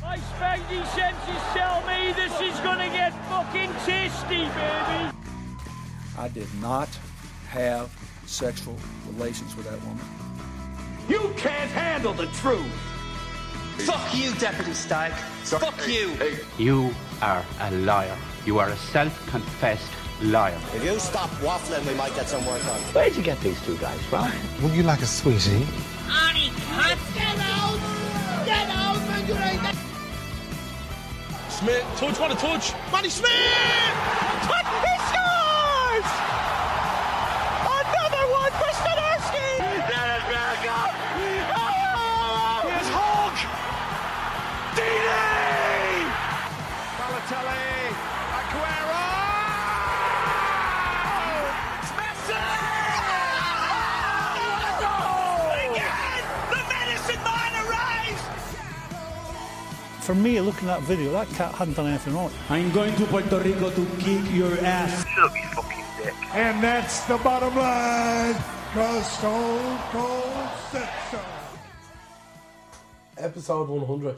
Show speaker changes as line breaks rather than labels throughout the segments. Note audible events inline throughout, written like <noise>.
My spanky senses tell me this is gonna get fucking tasty, baby.
I did not have sexual relations with that woman.
You can't handle the truth. <laughs>
Fuck you, Deputy Stag. Fuck you.
You are a liar. You are a self confessed liar.
If you stop waffling, we might get some work done.
Where'd you get these two guys from?
Would you like a sweetie?
Arnie, cut! Get out! Get out, man, you ain't that-
Smith, touch, what a touch!
Money Smith! Cut his yards! Another one for Stadarski! That is back up! Oh! Here's Hulk! DD! Balotelli! Aguero! It's Messi! Again! The medicine man arrives!
For me, looking at that video, that cat hadn't done anything wrong.
I'm going to Puerto Rico to kick your ass.
And that's the bottom line. Cause Stone Cold said so.
Episode 100.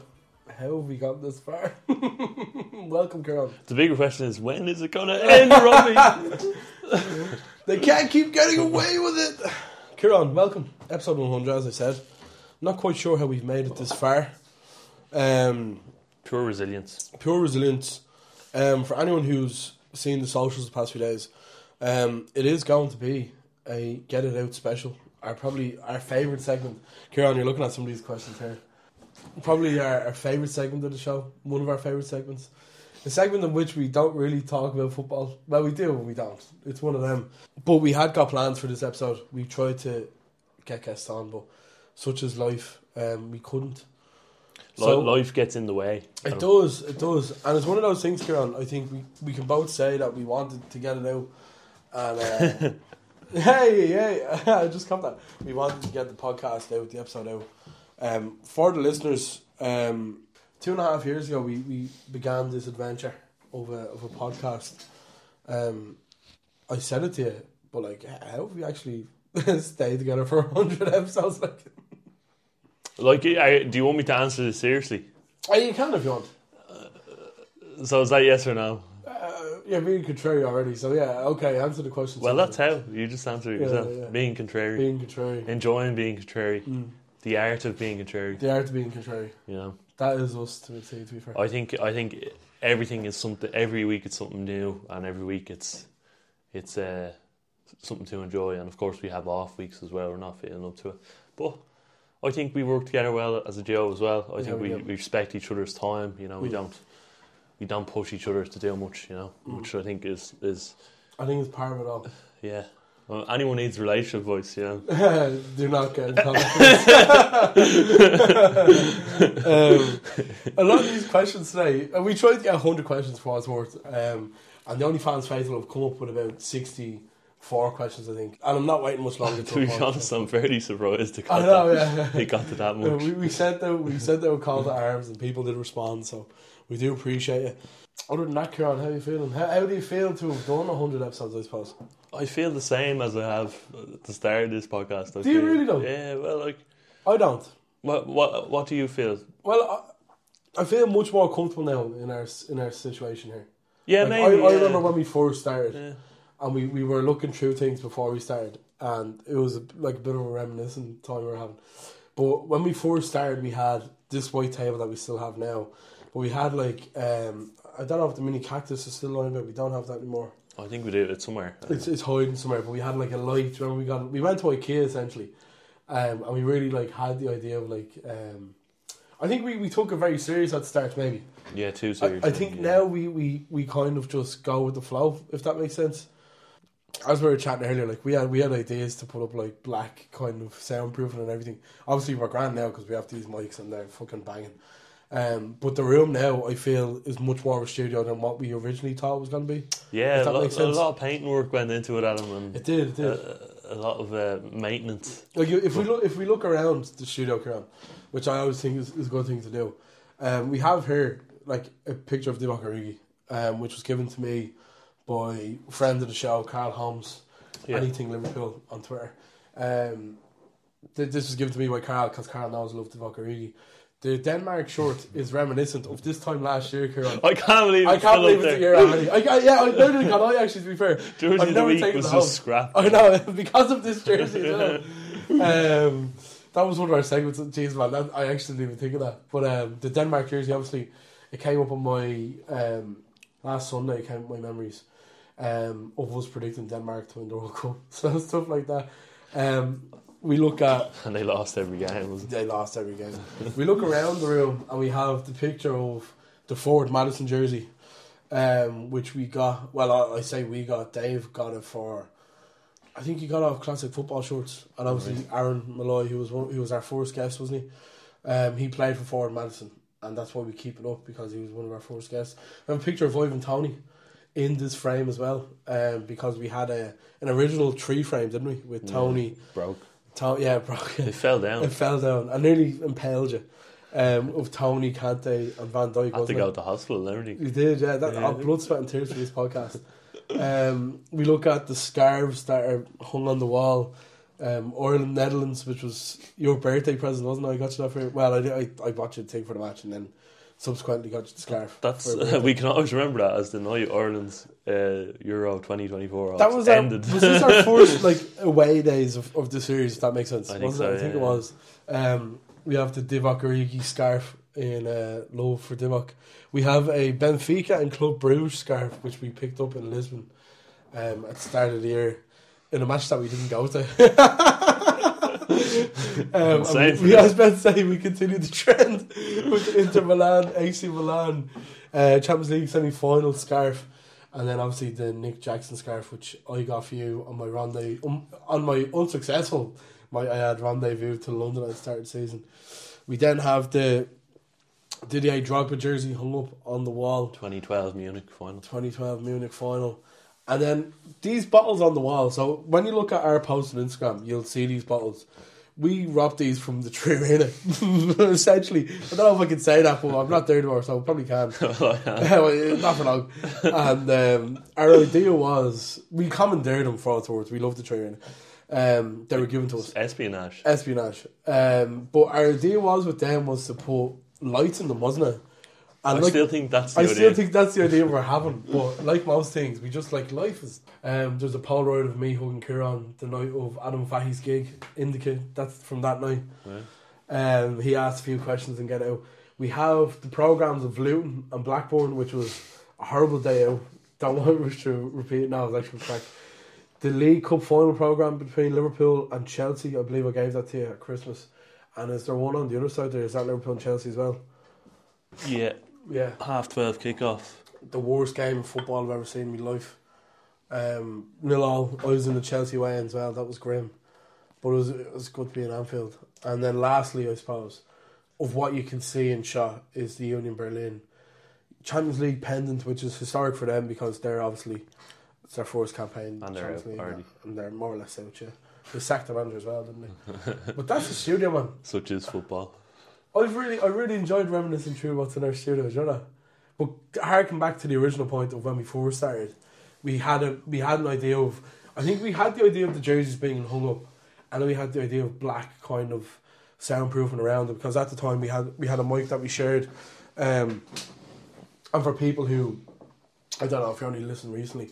How have we got this far? Welcome, Kieran.
The bigger question is when is it gonna
<laughs>
end, Robbie?
They can't keep getting away with it. Kieran, welcome. Episode 100, as I said. I'm not quite sure how we've made it this far. Um,
Pure resilience.
pure resilience. Um, for anyone who's seen the socials the past few days, um, it is going to be a get it out special. Our probably our favorite segment. Kieran, you're looking at some of these questions here. Probably our, our favorite segment of the show. One of our favorite segments. A segment in which we don't really talk about football. Well, we do, but we don't. It's one of them. But we had got plans for this episode. We tried to get guests on, but such is life. Um, we couldn't.
Li-
So-
life gets in the way.
it does, it does, and it's one of those things, Kieran. I think we, we can both say that we wanted to get it out, <laughs> and uh, hey, hey, <laughs> I just caught that we wanted to get the podcast out, the episode out. Um, for the listeners, um, two and a half years ago, we, we began this adventure of a of a podcast. Um, I said it to you, but like, how have we actually <laughs> stayed together for hundred episodes? Like,
Like, I, do you want me to answer this seriously?
oh, you can if you want.
So is that yes or no?
Yeah, being contrary already. So yeah, okay, answer the question.
Well,
Simon.
that's how you just answer it
Yeah,
yourself.
yeah.
Being contrary,
being Mm. contrary.
enjoying being contrary, the art of being contrary.
The art of being contrary.
You know,
That is us to a T, to be fair.
I think I think everything is something. Every week it's something new, and every week it's it's uh, something to enjoy. And of course, we have off weeks as well. We're not feeling up to it, but I think we work together well as a duo as well. I
Yeah,
think
we
we,
do.
we respect each other's time. You know, we
Mm.
don't we don't push each other to do much. You know, which I think is is
I think it's part of it all.
yeah. Well, anyone needs relationship advice, you
<laughs>
know.
Do not get in
<laughs>
contact. um, a lot of these questions today, and we tried to get 100 questions for what it's worth, um, and the only fans faithful have come up with about 64 questions, I think. And I'm not waiting much
<laughs>
longer
To be
upload.
honest, I'm fairly surprised it got,
I know,
that,
yeah.
it got to that
Uh,
much.
we, we sent out we sent out a call to arms and people did respond, so we do appreciate it. Other than that, Kieran, how are you feeling? How, how do you feel to have done hundred episodes? I suppose.
I feel the same as I have at the start of this podcast. I
Do you
feel-
really though?
Yeah, well, like,
I don't.
what, what, what do you feel?
Well, I, I feel much more comfortable now in our in our situation here.
Yeah,
Like,
maybe.
I, I
yeah.
remember when we first started,
Yeah.
and we, we were looking through things before we started, and it was a, like a bit of a reminiscent time we were having. But when we first started, we had this white table that we still have now, but we had like um, I don't know if the mini cactus is still lying about. We don't have that anymore.
I think we do it somewhere.
It's it's hiding somewhere. But we had like a light. Remember we got we went to IKEA essentially, um, and we really like had the idea of like. Um, I think we, we took it very serious at the start, maybe.
yeah, too serious.
I, I think
yeah.
now we, we, we kind of just go with the flow, if that makes sense. As we were chatting earlier, like we had we had ideas to put up like black kind of soundproofing and everything. Obviously, we're grand now because we have these mics and they're fucking banging. Um, but the room now, I feel, is much more of a studio than what we originally thought it was going to be.
Yeah,
if
a
that
lot,
makes
a
sense.
lot of painting work went into it, Adam, and
It did, it did.
A, a lot of uh, maintenance. <laughs>
Like if we look if we look around the studio Kieran, which I always think is, is a good thing to do, um, we have here like a picture of Divock Origi, um, which was given to me by a friend of the show, Carl Holmes,
Yeah.
anything Liverpool on Twitter. Um, th- this was given to me by Carl because Carl knows I love Divock Origi. The Denmark short is reminiscent of this time last year, Kieran.
I can't believe
I
it's
can't
still
believe it's
up
a
there.
year already. I, I, yeah, I literally can't. I actually, to be
<laughs>
fair,
Jersey
I've
of the
never
week
taken
was
it
just
home.
scrap.
I know <laughs> because of this jersey. as well.
<laughs>
um, that was one of our segments. Jeez, man, that, I actually didn't even think of that. But um, the Denmark jersey, obviously, it came up on my um, last Sunday. It came up my memories um, of us predicting Denmark to win the World Cup. <laughs> So stuff like that. Um, we look at
<laughs> and they lost every game. Wasn't
they lost every game. <laughs> we look around the room and we have the picture of the Ford Madison jersey, um, which we got. Well, I, I say we got. Dave got it for. I think he got off classic football shorts, and obviously Aaron Malloy, who was one, who was our first guest, wasn't he? Um, he played for Ford Madison, and that's why we keep it up because he was one of our first guests. I have a picture of Ivan Tony in this frame as well, um, because we had a an original tree frame, didn't we, with
Yeah,
Tony
broke.
To- yeah, broke. <laughs>
It fell down.
It fell down. I nearly impaled you. Um, of Tony Kante and Van Dijk.
I had to
wasn't
go
it?
to the hospital and everything.
You did, yeah. That, oh, blood, sweat, and tears for this podcast. Um, we look at the scarves that are hung on the wall. Um, Ireland, Netherlands, which was your birthday present, wasn't it? I got you that for well, I, did- I, I bought you the thing for the match, and then subsequently got you the scarf.
That's
for your birthday.
<laughs> we can always remember that as the night Ireland's uh, Euro twenty twenty four.
that was
<laughs>
our,
ended.
was this our
<laughs>
first like away days of, of the series? If that makes sense,
I think
wasn't it?
so,
I think
yeah.
it was. Um, we have the Divock Origi scarf in uh, love for Divock. We have a Benfica and Club Bruges scarf which we picked up in Lisbon um, at the start of the year in a match that we didn't go to. um,
Same
and <laughs>
for
we,
you.
I was about to say we continued the trend <laughs> with Inter Milan, AC Milan, uh, Champions League semi final scarf, and then obviously the Nick Jackson scarf, which I got for you on my rendezvous, um, on my unsuccessful, my I had rendezvous to London at the start of the season. We then have the Didier Drogba jersey hung up on the wall.
2012
<laughs>
Munich final. <laughs>
2012 Munich final. And then these bottles on the wall. So when you look at our post on Instagram, you'll see these bottles. We robbed these from the <laughs> tree arena, essentially. I don't know if I can say that, but I'm not there tomorrow, so I probably can. Well, not for long. And um, our idea was we commandeered them for afterwards. We loved the tree arena. Um, they were given to us.
Espionage.
Espionage. Um, but our idea was with them was to put lights in them, wasn't it?
I still think that's the
I still
idea.
think that's the idea we're having. But like most things, we just like life is. Um, there's a Polaroid of me hugging Kieran the night of Adam Fahey's gig, Indica. That's from that night.
Right.
Um, he asked a few questions and get out. We have the programs of Luton and Blackburn, which was a horrible day out. Don't <laughs> want to repeat it now. It's actually crack. The League Cup final program between Liverpool and Chelsea. I believe I gave that to you at Christmas. And is there one on the other side there? Is that Liverpool and Chelsea as well?
Yeah.
Yeah.
Half twelve kickoff.
the worst game of football I've ever seen in my life. Um, nil all. I was in the Chelsea way as well. That was grim, but it was it was good being Anfield. And then lastly, I suppose, of what you can see in shot is the Union Berlin Champions League pendant, which is historic for them because they're obviously it's their first campaign
And they're
Champions
out
League,
already.
and they're more or less out. Yeah, they sacked the manager as well, didn't
<laughs>
they? but that's the studio man.
Such is football.
I've really, I really enjoyed reminiscing through what's in our studios, you know. But harking back to the original point of when we first started, we had a, we had an idea of, I think we had the idea of the jerseys being hung up, and then we had the idea of black kind of soundproofing around them because at the time we had we had a mic that we shared, um, and for people who, I don't know if you only listened recently,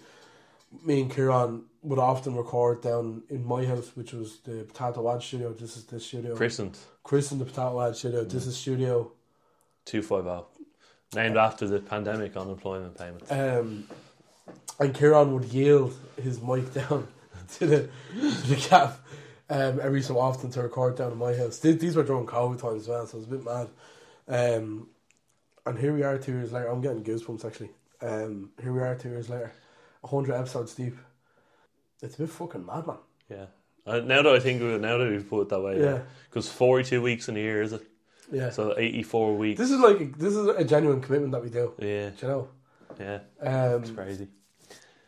me and Kieran would often record down in my house, which was the Potato Ad Studio. This is the studio.
Christened.
Chris in the Potato Ad Studio. This is Studio.
Two five zero. Named after the pandemic unemployment payment.
Um, and Kieran would yield his mic <laughs> down to the to the cab um, every so often to record down in my house. These, these were during COVID times as well, so it was a bit mad. Um, and here we are two years later. I'm getting goosebumps actually. Um, here we are two years later, hundred episodes deep. It's a bit fucking mad, man.
Yeah. Uh, now that I think of it, now that we've put it that way,
Yeah.
Because 42 weeks in a year, is it?
Yeah.
So 84 weeks.
This is like a, this is a genuine commitment that we do.
Yeah.
Do you know?
Yeah.
Um,
it's crazy.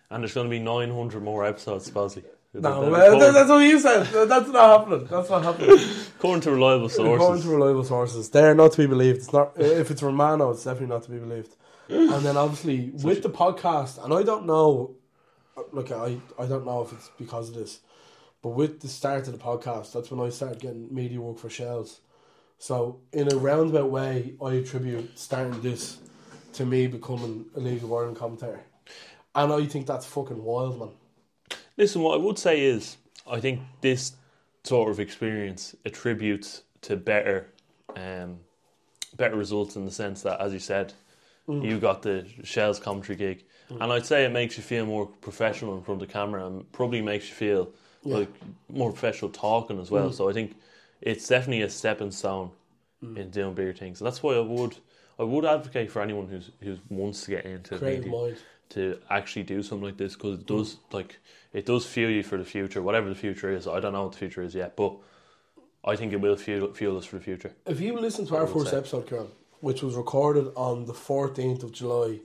And there's going to be 900 more episodes, supposedly.
No, well, that- that's what you said. That's not happening. That's not happening.
According to reliable sources.
According to reliable sources, they're not to be believed. It's not if it's Romano, it's definitely not to be believed. And then obviously with the podcast, and I don't know, look, I I don't know if it's because of this, but with the start of the podcast, that's when I started getting media work for Shells. So, in a roundabout way, I attribute starting this to me becoming a League of Ireland commentator. And I think that's fucking wild, man.
Listen, what I would say is, I think this sort of experience attributes to better, um, better results in the sense that, as you said,
Mm.
you got the Shells commentary gig,
Mm.
and I'd say it makes you feel more professional in front of the camera, and probably makes you feel
Yeah.
like more professional talking as well.
Mm.
So I think it's definitely a stepping stone
Mm.
in doing bigger things. And that's why I would I would advocate for anyone who's who wants to get into
Creative
media
mind. Mm.
to actually do something like this because it does like it does fuel you for the future, whatever the future is. I don't know what the future is yet, but I think it will fuel fuel us for the future.
If you listen to
I
our
would
first
say.
episode, Kieran, which was recorded on the 14th of July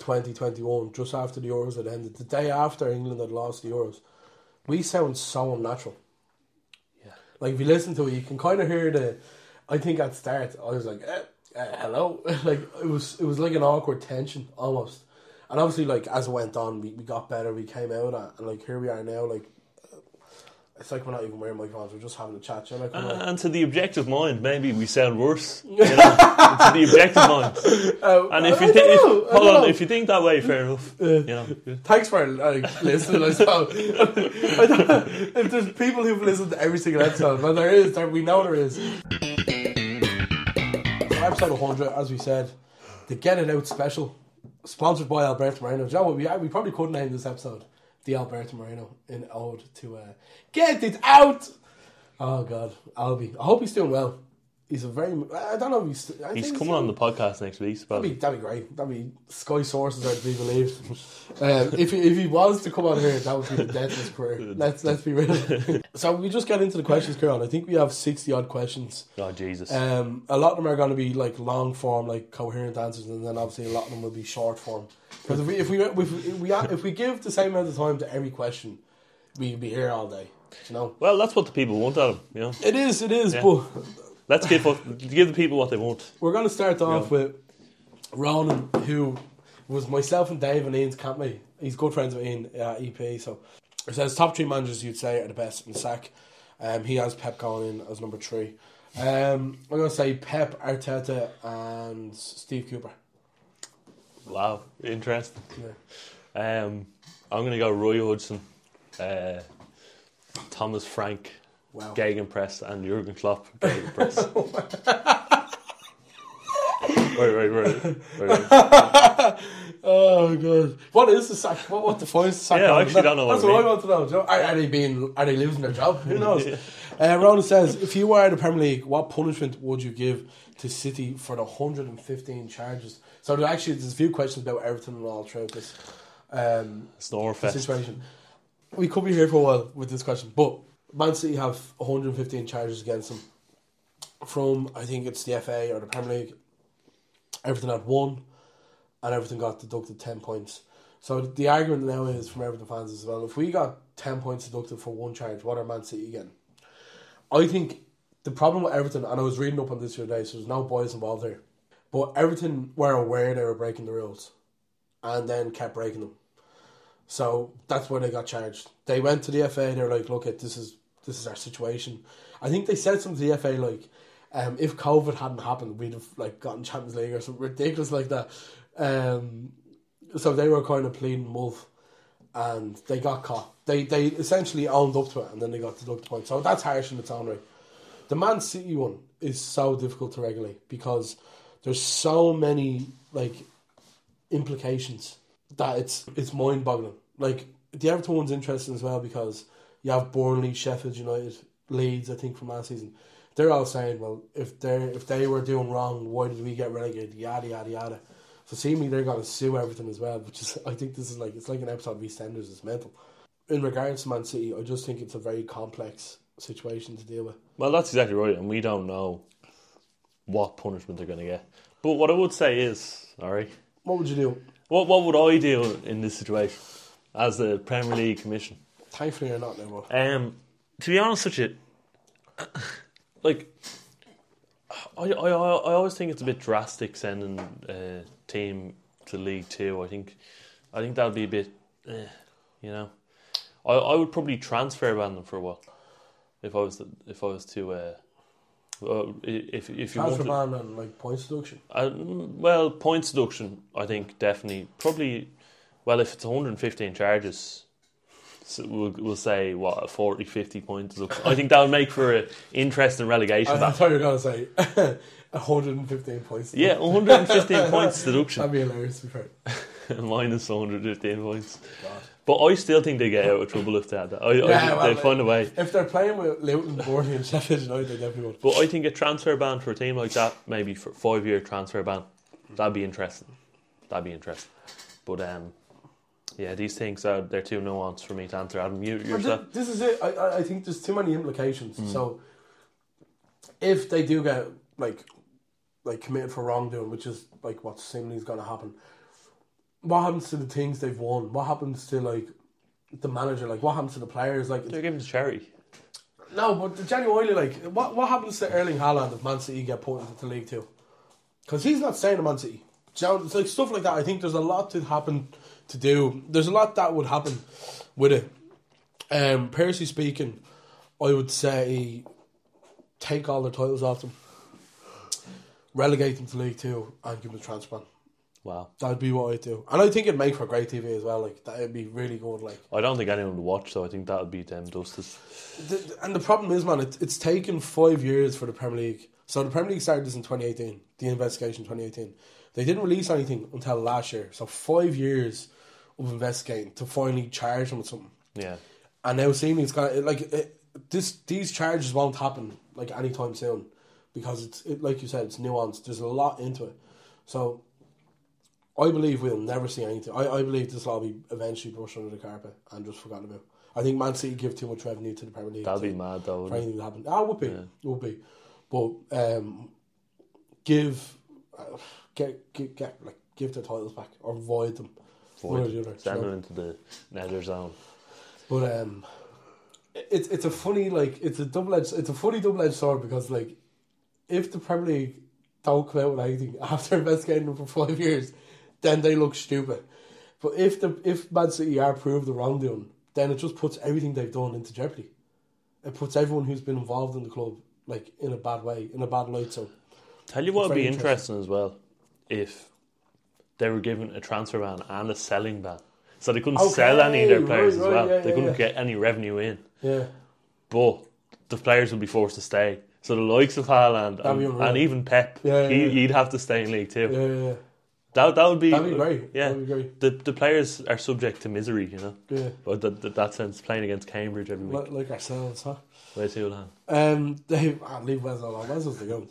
2021, just after the Euros had ended, the day after England had lost the Euros, we sound so unnatural. Yeah. Like, if you listen to it, you can kind of hear the. I think at start, I was like, eh, eh, hello. <laughs> like, it was, it was like an awkward tension almost. And obviously, like, as it went on, we, we got better, we came out, at, and like, here we are now. Like, uh, it's like we're not even wearing microphones, we're just having a chat. You know, like, we're
Uh,
not-
and to the objective mind, maybe we sound
<laughs>
worse. You know, to the objective mind.
Oh,
and if
I
you
don't
think, if,
know, I
hold
don't
on,
know.
if you think that way, fair
<laughs>
enough. you know,
Thanks for like, listening. I
<laughs>
suppose I don't- if there's people who've listened to every single episode, but there is, there, we know there is. So episode 100, as we said, the Get It Out special, sponsored by Alberto Moreno. Do you know what? We, we probably could name this episode the Alberto Moreno in ode to uh, Get It Out. Oh God, Albie. I hope he's doing well. He's a very. I don't know if he's. I think
he's coming on the podcast next week. so
That'd be, that'd be great. That'd be Sky Sources are to be believed. um, if he, if he was to come on here, that would be the death of his <laughs> career. Let's let's be <laughs> real. so we just get into the questions, Kieran. I think we have sixty odd questions.
Oh, Jesus.
Um, a lot of them are going to be like long form, like coherent answers, and then obviously a lot of them will be short form. Because if we if we if we, if we if we give the same amount of time to every question, we'd be here all day. You know.
Well, that's what the people want out of him. You know,
It is. It is.
Yeah.
But
let's give up- give the people what they want.
We're going to start off
Yeah.
with Ronan, who was myself and Dave and Ian's campmate. He's good friends with Ian uh, EP. So it says top three managers you'd say are the best in sack. Um, he has Pep going in as number three. Um, I'm going to say Pep, Arteta, and Steve Cooper.
Wow, interesting. Um, I'm gonna go Roy Hodgson, uh, Thomas Frank,
Wow. Oh
Gegenpress, and Jurgen Klopp.
<laughs>
Gegenpress. wait, <laughs> wait, wait, wait, wait.
oh god! What is the sack? What, what defines the sack?
Yeah, I
Ronan?
actually don't know
That's
what
what
it
I want to know. Do you know, Are, are they being? Are they losing their job?
<laughs>
Who knows? uh, Ronan says, if you were in the Premier League, what punishment would you give to City for the 115 charges? So there actually there's a few questions about Everton and all throughout this. Um,
Snorefest.
situation. We could be here for a while with this question, but Man City have 115 charges against them from I think it's the FA or the Premier League. Everton had one, and everything got deducted ten points. So the argument now is from Everton fans as well. If we got ten points deducted for one charge, what are Man City getting? I think the problem with Everton, and I was reading up on this the other day, so there's no boys involved here. But Everton were aware they were breaking the rules, and then kept breaking them. So that's where they got charged. They went to the FA. They were like, "Look, at this is this is our situation." I think they said something to the FA like, um, "If COVID hadn't happened, we'd have like gotten Champions League or something ridiculous like that." Um, so they were kind of pleading wolf, and they got caught. They they essentially owned up to it, and then they got deducted points. So that's harsh in its own right. The Man City one is so difficult to regulate because there's so many like implications that Uh, it's it's mind boggling. Like the Everton one's interesting as well because you have Burnley, Sheffield United, Leeds, I think from last season. They're all saying, well, if they are if they were doing wrong, why did we get relegated? Yada yada yada. So seemingly they're going to sue Everton as well, which is <laughs> I think this is like it's like an episode of EastEnders. It's mental. In regards to Man City, I just think it's a very complex situation to deal with.
Well, that's exactly right, and we don't know what punishment they're going to get. But what I would say is, all right,
What would you do?
what what would I do in this situation as the Premier League commission?
Thankfully, you're not now.
Um, to be honest with you, like, I, I, I I always think it's a bit drastic sending a team to League Two. I think, I think that'd be a bit, eh, you know, I, I would probably transfer ban them for a while, if I was to, if I was to uh, Uh, if if you
Transfer
want
ban and like points deduction.
Uh, well, point deduction, I think definitely probably. Well, if it's 115 charges, so we'll, we'll say what a 40, 50 point deduction. I think that would make for an interesting
<laughs>
relegation
I, I
battle.
thought you were gonna say 115 points.
Yeah,
<laughs>
115 points deduction.
That'd be hilarious. To be fair.
<laughs> Minus 115 points. But I still think they get out of trouble if they had that. I, I think
well,
they find a way.
If they're playing with Luton, Burnley, and Sheffield United, they definitely would.
But I think a transfer ban for a team like that, maybe for five year transfer ban, that'd be interesting. That'd be interesting. But um, yeah, these things are they're too nuanced for me to answer. Adam, you
But
yourself.
thi- this is it. I- I, I think there's too many implications.
Mm.
So if they do get like like committed for wrongdoing, which is like what seemingly is going to happen, what happens to the things they've won? What happens to like the manager? Like what happens to the players? Like
they're giving to charity.
No, but genuinely, like what what happens to Erling Haaland if Man City get put into the league too? Because he's not staying at Man City. Do you know, it's like stuff like that. I think there's a lot to happen to do. There's a lot that would happen with it. Um, personally speaking, I would say take all the titles off them, relegate them to League Two, and give them a transfer. ban.
Wow.
That'd be what I'd do, and I think it'd make for great TV as well. Like that'd be really good. Like.
I don't think anyone would watch, so I think that would be them justice.
The- the- and the problem is, man, it, it's taken five years for the Premier League. So the Premier League started this in 2018, the investigation in 2018. They didn't release anything until last year. So five years of investigating to finally charge them with something.
Yeah.
And now seemingly it's kind of like it, this. These charges won't happen like anytime soon because it's it, like you said, it's nuanced. There's a lot into it. So I believe we'll never see anything. I, I believe this will be eventually brushed under the carpet and just forgotten about. I think Man City give too much revenue to the Premier League.
That'd be
to-
mad, though,
For
wouldn't
anything to happen, ah, it would be, it would be, but um, give uh, get, get get like give the titles back or void them. One or the other,
Send
you know?
them into the nether zone.
But um, it's it's a funny like it's a double edged it's a funny double edged sword because like if the Premier League don't come out with anything <laughs> after investigating them for five years, then they look stupid. But if the if Man City are proved the wrongdoing, then it just puts everything they've done into jeopardy. It puts everyone who's been involved in the club like in a bad way, in a bad light. So
Tell you what
It's
would be
very
interesting as well if they were given a transfer ban and a selling ban. So they couldn't sell any of their
Okay,
players
right,
as well.
right, yeah,
they
yeah,
couldn't
yeah.
get any revenue in.
Yeah.
But the players would be forced to stay. So the likes of Haaland
That'd be
and,
unreal.
and even Pep,
Yeah, yeah,
he,
yeah.
he'd have to stay in League Two.
Yeah, yeah.
That, that would be, uh,
That'd be great.
Yeah,
That'd be great.
The, the players are subject to misery, you know.
Yeah.
But that, that, that sense, playing against Cambridge every week,
like, like ourselves, huh?
way too long.
Um, they ah, leave Wes alone. Wes was the go.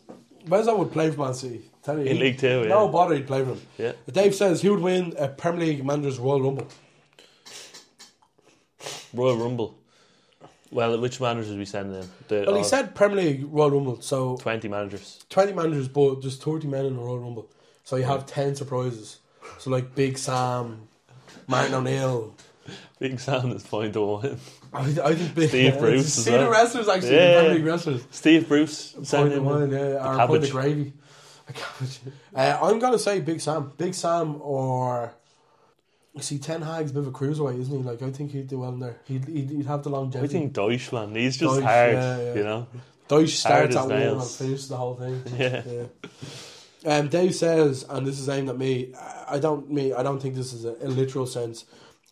Wes would play for Man City. Tell you,
In League Two, yeah.
No bother, he'd play for him.
Yeah.
Dave says he would win a Premier League Managers Royal Rumble.
Royal Rumble. Well, which managers would we send in? The,
Well, he
uh,
said Premier League Royal Rumble, so
twenty managers.
twenty managers, but there's thirty men in the Royal Rumble, so you have ten surprises. So like Big Sam, Martin O'Neill.
Big Sam is fine to win.
I, I think Big
Steve Bruce.
See
as
the
well.
wrestlers actually, the Premier League wrestlers.
Steve Bruce.
Point
send
of
him
wine,
in.
yeah,
The
or point
cabbage.
of gravy. <laughs> A cabbage. Uh, I'm gonna say Big Sam. Big Sam or you see Ten Hag's a bit of a cruiserweight, isn't he? Like I think he'd do well in there. He'd he'd, he'd have the
I
longevity.
think Deutschland. He's just
Deutsch,
hard,
yeah, yeah.
you know.
Deutsch
Hard
starts
as
at one and
nails.
finishes the whole thing.
Yeah.
Um, Dave says, and this is aimed at me. I- I don't me. I don't think this is a, a literal sense,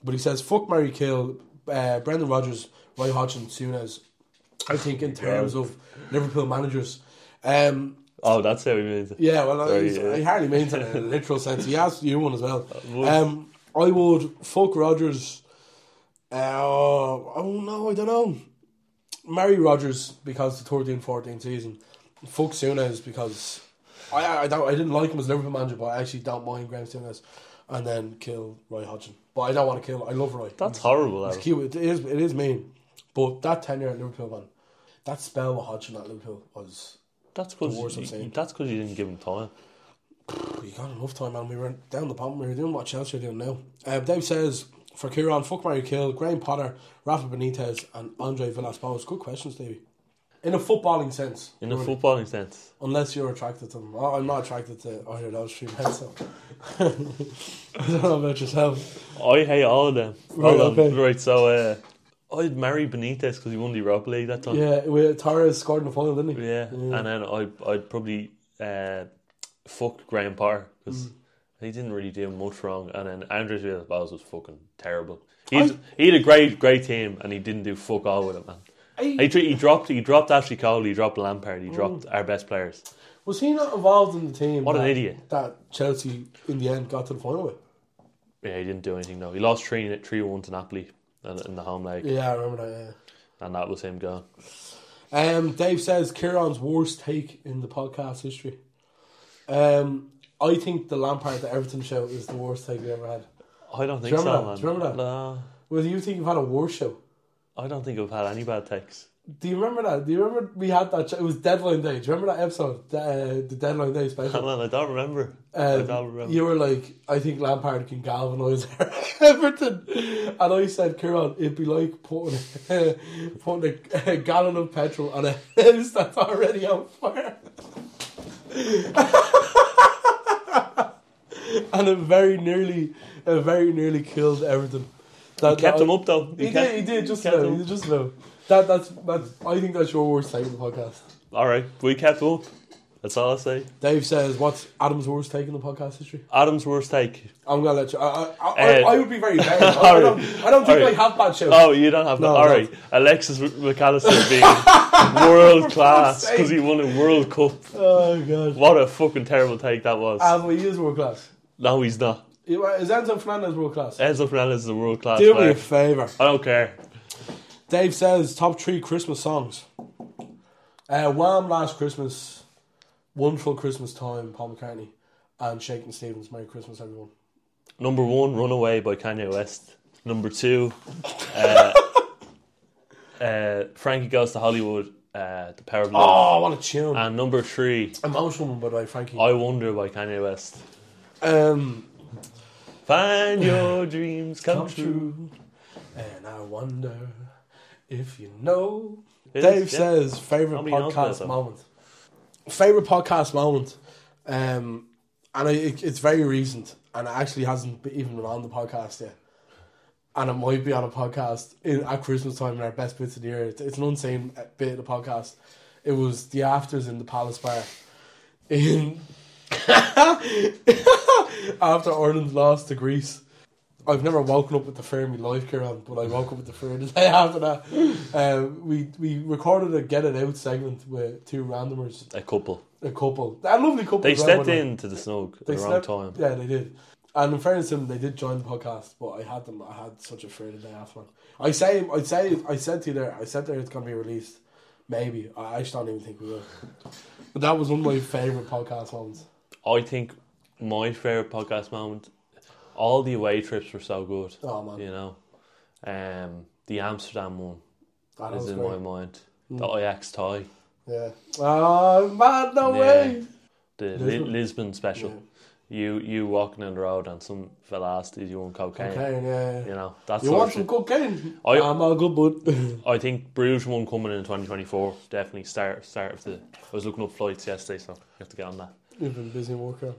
but he says, "Fuck Mary Kill, uh, Brendan Rodgers, Roy Hodgson, Souness." I think in terms of Liverpool managers, um,
<laughs> Oh, that's how he means it. uh,
Yeah, well,
Sorry,
he's,
yeah.
he hardly means it in a literal sense. He asked you one as well. Um, I would fuck Rogers. Uh, oh no, I don't know. Marry Rogers because the 13-14 season. Fuck Souness because I I don't I didn't like him as Liverpool manager, but I actually don't mind Graham Souness. And then kill Roy Hodgson, but I don't want to kill. I love Roy.
That's horrible,
It's
Aaron.
cute. It is. It is mean. But that tenure at Liverpool, man, that spell with Hodgson at Liverpool was
That's
the worst I've
because
seen.
that's because you didn't give him time.
We got enough time, man. We were down the bottom. We were doing what Chelsea are doing now. Uh, Dave says for Kieran, fuck Mary Kill, Graham Potter, Rafa Benitez, and Andre Villas Boas. Good questions, Davey. In a footballing sense.
In a
Really.
footballing sense,
Unless you're attracted to them. Oh, I'm not attracted to either of those three men, so. <laughs> I don't know about yourself.
I hate all of them.
Right,
Hold on.
okay.
Right, so uh, I'd marry Benitez because he won the Europa League that time.
Yeah, well, Torres scored in the final, didn't
he? Yeah,
Yeah.
and then I, I'd probably uh, fuck Graham Parr because
Mm.
he didn't really do much wrong. And then Andres Villas-Boas was fucking terrible. He had, he had a great, great team, and he didn't do fuck all with it, man.
I-
he, tr- he dropped, he dropped Ashley Cole, he dropped Lampard, he dropped
Mm.
our best players.
Was he not involved in the team?
What an
that-
idiot.
That Chelsea in the end got to the final with.
Yeah, he didn't do anything though. He lost three three one to Napoli in, in the home leg.
Yeah, I remember that.
and that was him gone.
Yeah. Um, Dave says Kieran's worst take in the podcast history. Um, I think the Lampard to Everton show is the worst take we ever had.
I don't
Do
think
you
so,
remember
man.
That? Do you remember that? Well, you think you've had a worse show?
I don't think I've had any bad <laughs> takes.
Do you remember that? Do you remember we had that? Show? It was deadline day. Do you remember that episode? The, uh, the deadline day special.
Man, I don't remember. I
Um,
don't remember.
You were like, I think Lampard can galvanise <laughs> Everton, and I said, Kieran, it'd be like putting <laughs> putting a, a gallon of petrol on a <laughs> house that's already on fire, <laughs> and it very nearly, it very nearly killed Everton.
He kept him up, though. He
He,
kept-
did. He did just
kept
about.
him
He just about. That that's that's. I think that's your worst take in the podcast.
All right, we kept up. That's all I say.
Dave says, "What's Adam's worst take in the podcast history?"
Adam's worst take.
I'm gonna let you. I, I, I,
Uh,
I would be very bad. I, I don't, I don't think I have bad shows.
Oh, you don't have
No,
that. All
no.
right, Alexis
<laughs>
McAllister being world class because he won a World Cup.
Oh god!
What a fucking terrible take that was.
And he is world class.
no, he's not.
He- Is Enzo Fernandez world class?
Enzo Fernandez is a world class
Do
player.
me a favour.
I don't care.
Dave says top three Christmas songs. Uh, Wham! Last Christmas, Wonderful Christmas Time, Paul McCartney, and Shaking Stevens. Merry Christmas, everyone.
Number one, Runaway by Kanye West. Number two,
<laughs>
uh, uh, Frankie Goes to Hollywood, uh, The Power of Love.
Oh, what a tune.
And number three,
Emotional one, by the way, Frankie.
I Wonder by Kanye West.
Um,
Find your dreams come, true.
And I wonder if you know.
It
Dave
is, yeah.
says favorite
Nobody knows that,
podcast
though.
moment. Favorite podcast moment, um, and I, it, it's very recent, and it actually hasn't be- even been on the podcast yet. And it might be on a podcast in, at Christmas time in our best bits of the year. It's, it's an unseen uh, bit of the podcast. It was the afters in the Palace Bar in <laughs> after Ireland lost to Greece. I've never woken up with the fear in my life, Kieran, but I woke up with the fear the day <laughs> after that. Um, we we recorded a get it out segment with two randomers,
A couple.
a couple, a lovely couple.
They
as well,
stepped
weren't
into the snug at
They
the wrong
stepped-
time.
Yeah, they did. And in fairness to them, they did join the podcast, but I had them. I had such a fear the day after. Man. I say, I say, I said to you there. I said there it's gonna be released. Maybe I, I just don't even think we will. But that was one of my favorite podcast moments.
I think my favorite podcast moment. All the away trips were so good.
Oh, man.
you know, um, the Amsterdam one
Ah, That
is
was
in
great.
my mind.
Mm.
The Ajax tie,
Yeah. Oh man, no
Yeah.
way.
the Li- Lisbon,
Lisbon.
special. You you walking on the road and some fella asked, "Is you on cocaine?"
Cocaine, yeah, yeah.
You know that's
You want some cocaine?
I-
I'm all good, bud. <laughs>
I think Bruges one coming in twenty twenty four definitely start start of the. I was looking up flights yesterday, so I have to get on that.
You've been busy working.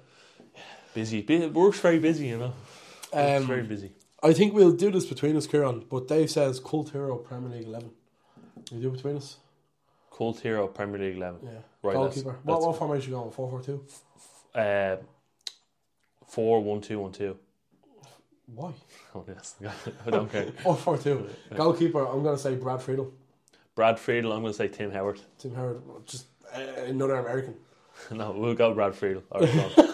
Busy, bu- works very busy, you know. Works
Um,
very busy.
I think we'll do this between us, Kieran. But Dave says cult hero Premier League eleven. We do it between us.
Cold hero Premier League eleven.
Yeah.
right. That's,
Goalkeeper. What, what formation you going? Four four two.
that's, uh, four one two one two. <laughs>
Why?
Oh yes, <laughs> I
<laughs>
don't care.
Four four two. Goalkeeper. I'm gonna say Brad Friedel.
Brad Friedel. I'm going to say Tim Howard. <laughs>
Tim Howard. Just uh, another American.
no, we'll go Brad Friedel. All right,
<laughs>
go on.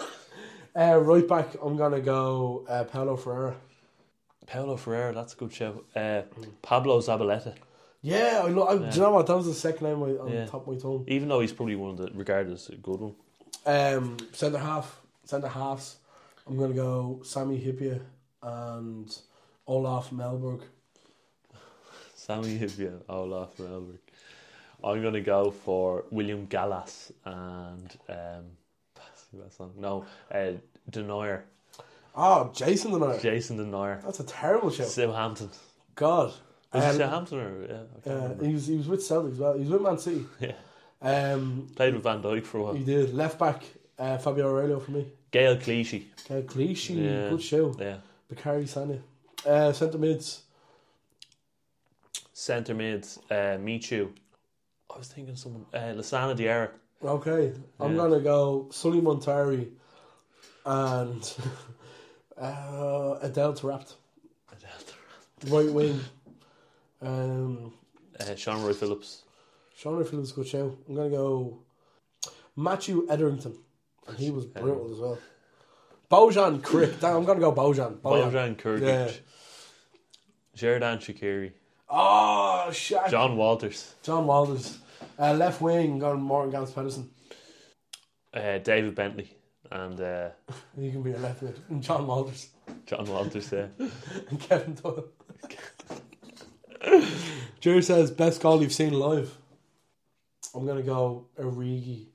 Uh, right back. I'm gonna go uh, Paulo Ferreira.
Paulo Ferreira. That's a good show. Uh, Pablo Zabaleta.
Yeah, I, lo- I
Yeah.
Do you know what? That was the second name I, on
Yeah.
top of my tongue.
Even though he's probably one of the regarded as a good one.
Um, centre half, centre halves. I'm gonna go Sammy Hippia and Olaf Melberg.
Sammy Hivia, Olaf Melberg. I'm going to go for William Gallas and um, that's the best song. no, uh, Denoyer,
Oh, Jason Lenoir.
Jason Denoyer,
That's a terrible show.
Southampton.
God.
Was it
Um,
Southampton or yeah? I can't
uh,
remember.
he was he was with Celtic as well. He was with Man City.
Yeah.
Um,
Played with Van Dijk for a
he
while.
did left back uh, Fabio Aurelio for me.
Gail Clichy.
Okay, Clichy,
Yeah.
good show.
Yeah.
Bakari Sane. Uh, centre mids.
centre mid, uh, Michu. I was thinking someone, uh, Lasana Diarra. <laughs>
Okay, I'm
Yeah.
gonna go Sully Montari and <laughs> uh, Adele Tarapt. Right wing. Um,
Uh, Sean Roy Phillips.
Sean Ray Phillips good show. I'm gonna go Matthew Etherington. And he was
Um,
brutal as well. Bojan Crick. Damn, I'm gonna go Bojan.
Bojan Kirkic.
Yeah.
Jerdan Shakiri.
Oh shit.
John Walters.
John Walters. Uh, left wing gone Morgan Gans Pedersen.
Uh, David Bentley. And uh,
You can be a left mid. And <laughs> John Walters.
John
<laughs>
Walters there.
and Kevin Doyle. <laughs> Jerry says best goal you've seen live. I'm gonna go Origi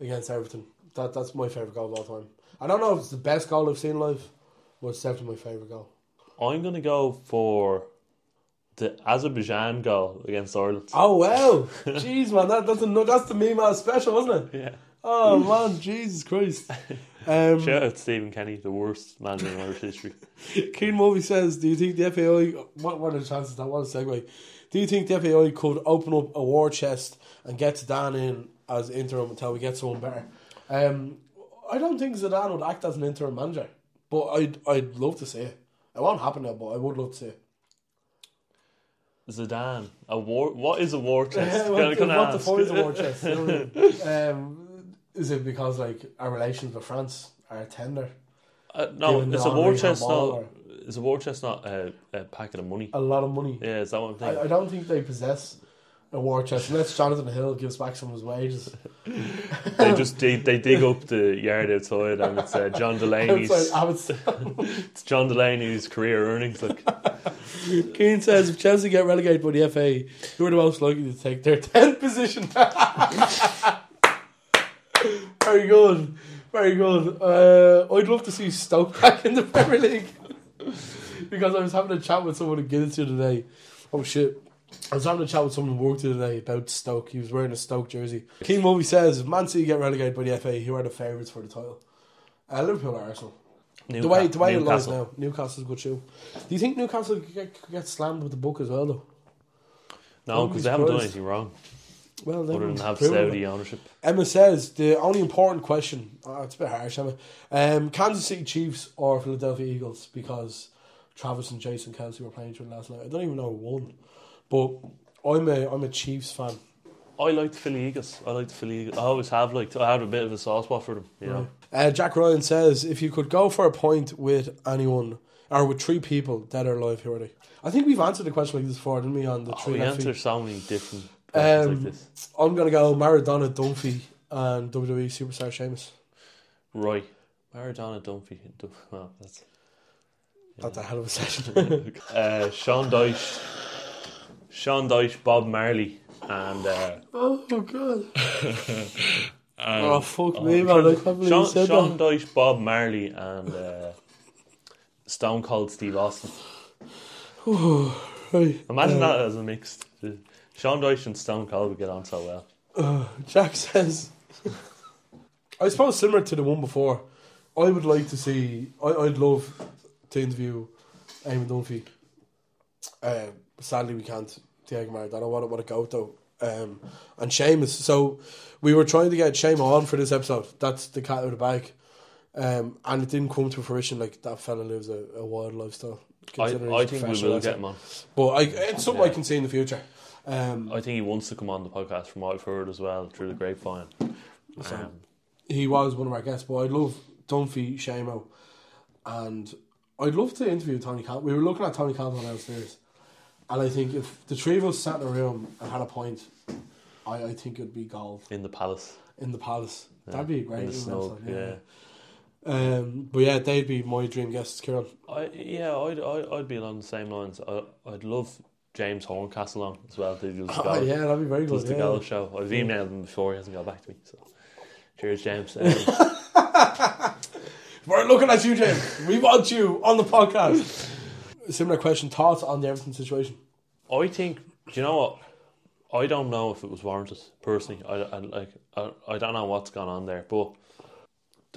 against Everton. That that's my favourite goal of all time. I don't know if it's the best goal I've seen live, but it's definitely my favourite goal.
I'm going to go for the Azerbaijan goal against Ireland. <laughs>
Oh wow, jeez man, that, that's a no- that's the meme out special, wasn't it?
Yeah.
Oh man, Jesus Christ.
Shout
Um,
out Stephen Kenny, the worst manager in Irish
<laughs>
history.
Keen Movie says, "Do you think the FAI? What, what are the chances? That what a segue. Do you think the FAI could open up a war chest and get Zidane in as interim until we get someone better? Um, I don't think Zidane would act as an interim manager, but I'd I'd love to see it. It won't happen now, but I would love to
<laughs>
see it.
Zidane. A war. What is a war
<laughs>
chest?
what
Gonna-
the,
gonna
what the
ask.
fuck is
<laughs>
a war chest? You know what I mean? um, is it because like our relations with France are tender?
Uh, no,
Given
it's
the
a war
Henri
chest.
Handball
Not
or-
it's a war chest. Not a, a packet of money.
A lot of money.
Yeah, is that what I'm
I,
thinking?
I don't think they possess a war chest unless Jonathan Hill gives back some of his wages.
they just dig, they dig up the yard outside, and
<laughs>
it's uh, John Delaney's.
Outside,
<laughs> it's John Delaney's career earnings.
<laughs>
Like
Keane says if Chelsea get relegated by the FA, who are the most likely to take their <laughs> 10th position? Very good. Very good. Uh, I'd love to see Stoke <laughs> back in the Premier League because I was having a chat with someone at Guinness the other day. Oh shit. I was having a chat with someone who worked the other day about Stoke. He was wearing a Stoke jersey. Keane Moby says, if Man City get relegated by the FA, who are the favourites for the title? Uh, Liverpool or Arsenal? the way, the way it lies now, Newcastle's a good show. Do you think Newcastle could get, could get slammed with the book as well, though?
no,
I'd be
because they haven't done
surprised.
anything wrong.
Well,
other than
everyone's
have
proven
Saudi
it.
ownership.
Emma says the only important question. Oh, it's a bit harsh, Emma. Um, Kansas City Chiefs or Philadelphia Eagles because Travis and Jason Kelsey were playing each other last night. I don't even know who won, but I'm a I'm a Chiefs fan.
I like the Philly Eagles. I like the Philly Eagles. I always have liked. I had a bit of a soft spot for them. You know.
Uh, Jack Ryan says if you could go for a point with anyone or with three people dead or alive, who are they? I think we've answered the question like this before, didn't we? On the
Oh, We
three left
answer
feet.
so many different questions like
Um,
this.
I'm gonna go Maradona, Dunphy, and WWE superstar Sheamus.
Right. Maradona, Dunphy. Dun- well,
<laughs>
that's
That's a hell of a session.
uh, Sean Dyche, Sean Dyche, Bob Marley, and uh,
oh god.
and-
Oh, fuck me, man, I can't believe
Um, Sean,
you said
Sean Dyche, Bob Marley, and uh, Stone Cold
<sighs>
Steve Austin.
right.
Imagine
uh,
that as a mix. The- Sean Dyche and Stone Cold would get on so well.
Uh, Jack says, I suppose similar to the one before. I would like to see. I, I'd love to interview Eamon Dunphy. Uh, sadly, we can't. Diego Maradona, what a, what a goat though. Um, and Seamus. So we were trying to get Seamus on for this episode. That's the cat out of the bag. Um, and it didn't come to fruition. Like that fella lives a, a wild lifestyle.
I,
considering
I
he's
think we
professional,
will
that's
get
it.
him on.
But I, it's something I can see in the future. Um,
I think he wants to come on the podcast from what I've heard as well through the grapevine. Um,
he was one of our guests, but I'd love Dunphy, Shamo, and I'd love to interview Tony Cal. We were looking at Tony Calvin downstairs, and I think if the three of us sat in a room and had a point, I, I think it'd be gold
in the palace.
in the palace.
Yeah,
That'd be a
in
great.
the
evening
snow,
outside, Um, but yeah, they'd be my dream guests, Kieran.
I yeah, I'd I, I'd be along the same lines. I I'd love James Horncastle on as well. To do the
Oh,
goal-
yeah, that'd be very
does
good,
the
yeah.
goal show. I've emailed him before. He hasn't got back to me. So,
<laughs>
cheers, James. Um,
We're looking at you, Jim. we want you on the podcast.
<laughs>
Similar question: thoughts on the Everton situation?
I think. Do you know what? I don't know if it was warranted personally. I, I like. I, I don't know what's gone on there, but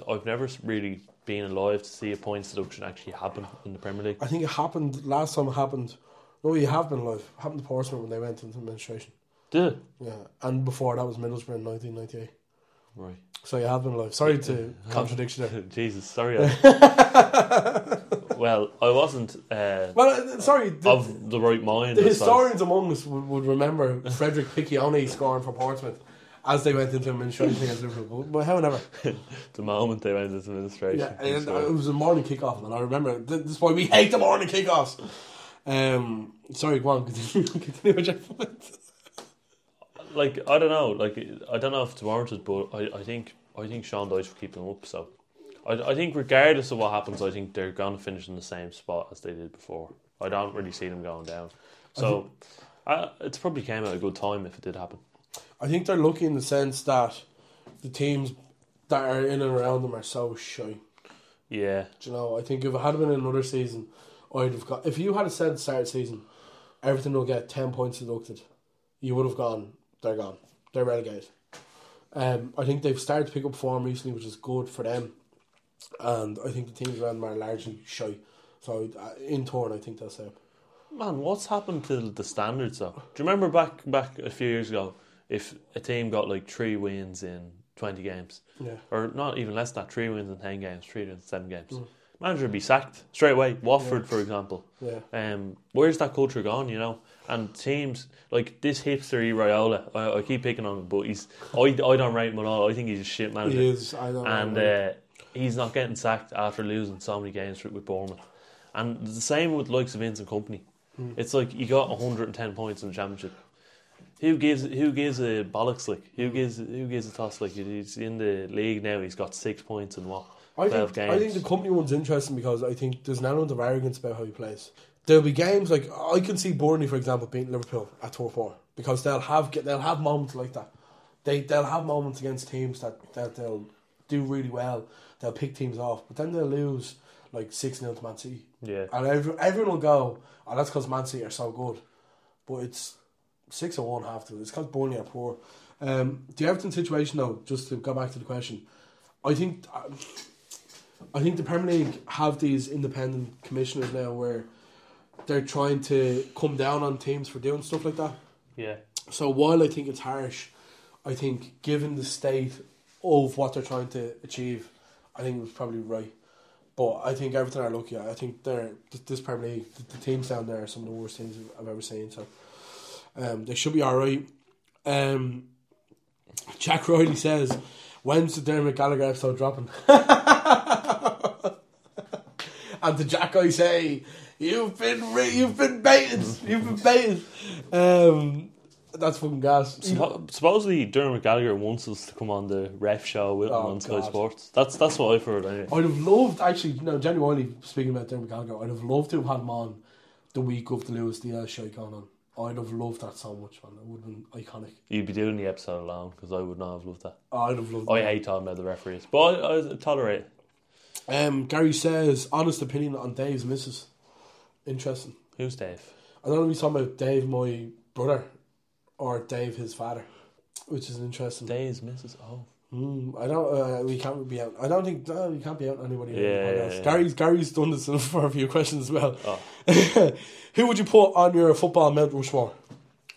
I've never s- really been alive to see a points deduction actually happen in the Premier League.
I think it happened last time. It happened No, you have been live. It happened to Portsmouth when they went into administration.
Did it?
Yeah, and before that was Middlesbrough in 1998.
Right. <laughs>
So you have been live. Sorry to contradiction there.
Jesus, sorry.
<laughs>
I- well, I wasn't. Uh,
Well, uh, sorry, the-
of the right mind.
The
I suppose.
historians among us would, would remember Frederick Piccioni scoring for Portsmouth as they went into administration against Liverpool. But however,
<laughs> the moment they went into administration. uh,
yeah, and uh,
So-
it was a morning kickoff, and I remember th- this is why we hate the morning kickoffs. Um, sorry, go on. Continue, <laughs> continue with your point.
like I don't know, like I don't know if it's warranted, but I, I think I think Sean Dyche will keep them up. So I, I think regardless of what happens, I think they're going to finish in the same spot as they did before. I don't really see them going down.
I
So uh, it's probably came at a good time if it did happen.
I think they're lucky in the sense that the teams that are in and around them are so shy.
Yeah.
Do you know? I think if it had been another season, I'd have got. If you had said at the start of the season, everything will get ten points deducted, you would have gone. They're gone. They're relegated. Um, I think they've started to pick up form recently, which is good for them. And I think the teams around them are largely shy. So uh, in turn, I think that's it.
Man, what's happened to the standards though? Do you remember back back a few years ago, if a team got like three wins in twenty games,
Yeah.
or not even less than that, three wins in ten games, three wins in seven games,
Mm.
manager would be sacked straight away. Watford, for example,
Yeah.
um, where's that culture gone? You know, and teams like this hipster E. Raiola, I, I keep picking on him, but he's I, I don't rate him at all. I think he's a shit manager.
He is. I don't
and
rate him.
uh, he's not getting sacked after losing so many games with Bournemouth. And the same with likes of Vince and company.
Mm.
It's like you got 110 points in the championship. Who gives who gives a bollocks like
Hmm.
who gives who gives a toss like he's in the league now? He's got six points in what
I
twelve
think,
games.
I think the company one's interesting because I think there's an element of arrogance about how he plays. There'll be games like I can see Burnley, for example, beating Liverpool at Tour Four because they'll have they'll have moments like that. They they'll have moments against teams that, that they'll do really well. They'll pick teams off, but then they'll lose like six 0 to Man City.
Yeah.
and every, everyone will go, and that's because Man City are so good. But it's six or one half to it. It's because Burnley are poor. Um, the Everton situation, though, just to go back to the question, I think uh, I think the Premier League have these independent commissioners now where they're trying to come down on teams for doing stuff like that.
Yeah.
So while I think it's harsh, I think given the state of what they're trying to achieve, I think it was probably right. But I think Everton are lucky. I think they're th- this Premier League, the, the teams down there are some of the worst teams I've ever seen. So um, they should be all right. Um, Jack Riley says, "When's the Dermot Gallagher episode dropping?" <laughs> and to Jack, I say, "You've been re- you've been baited. You've been baited." Um, that's fucking gas.
Suppo- supposedly Dermot Gallagher wants us to come on the ref show with him
Oh,
on Sky
God.
Sports. That's that's what I've heard anyway.
I'd have loved, actually, no, genuinely speaking about Dermot Gallagher, I'd have loved to have had him on the week of the Lewis Diaz show going on. I'd have loved that so much, man. It would have been iconic.
You'd be doing the episode alone because I would not have loved that.
I'd have loved
I
that.
hate talking about the referees, but I, I tolerate. it.
Um, Gary says, honest opinion on Dave's missus. Interesting.
Who's Dave?
I don't know if he's talking about Dave, my brother, or Dave, his father, which is interesting.
Dave's missus, oh.
Mm, I don't. Uh, we can't be out. I don't think uh, we can't be out anybody. on the
Yeah,
podcast.
yeah, yeah.
Gary's Gary's done this <laughs> for a few questions as well.
Oh.
<laughs> Who would you put on your football Mount Rushmore?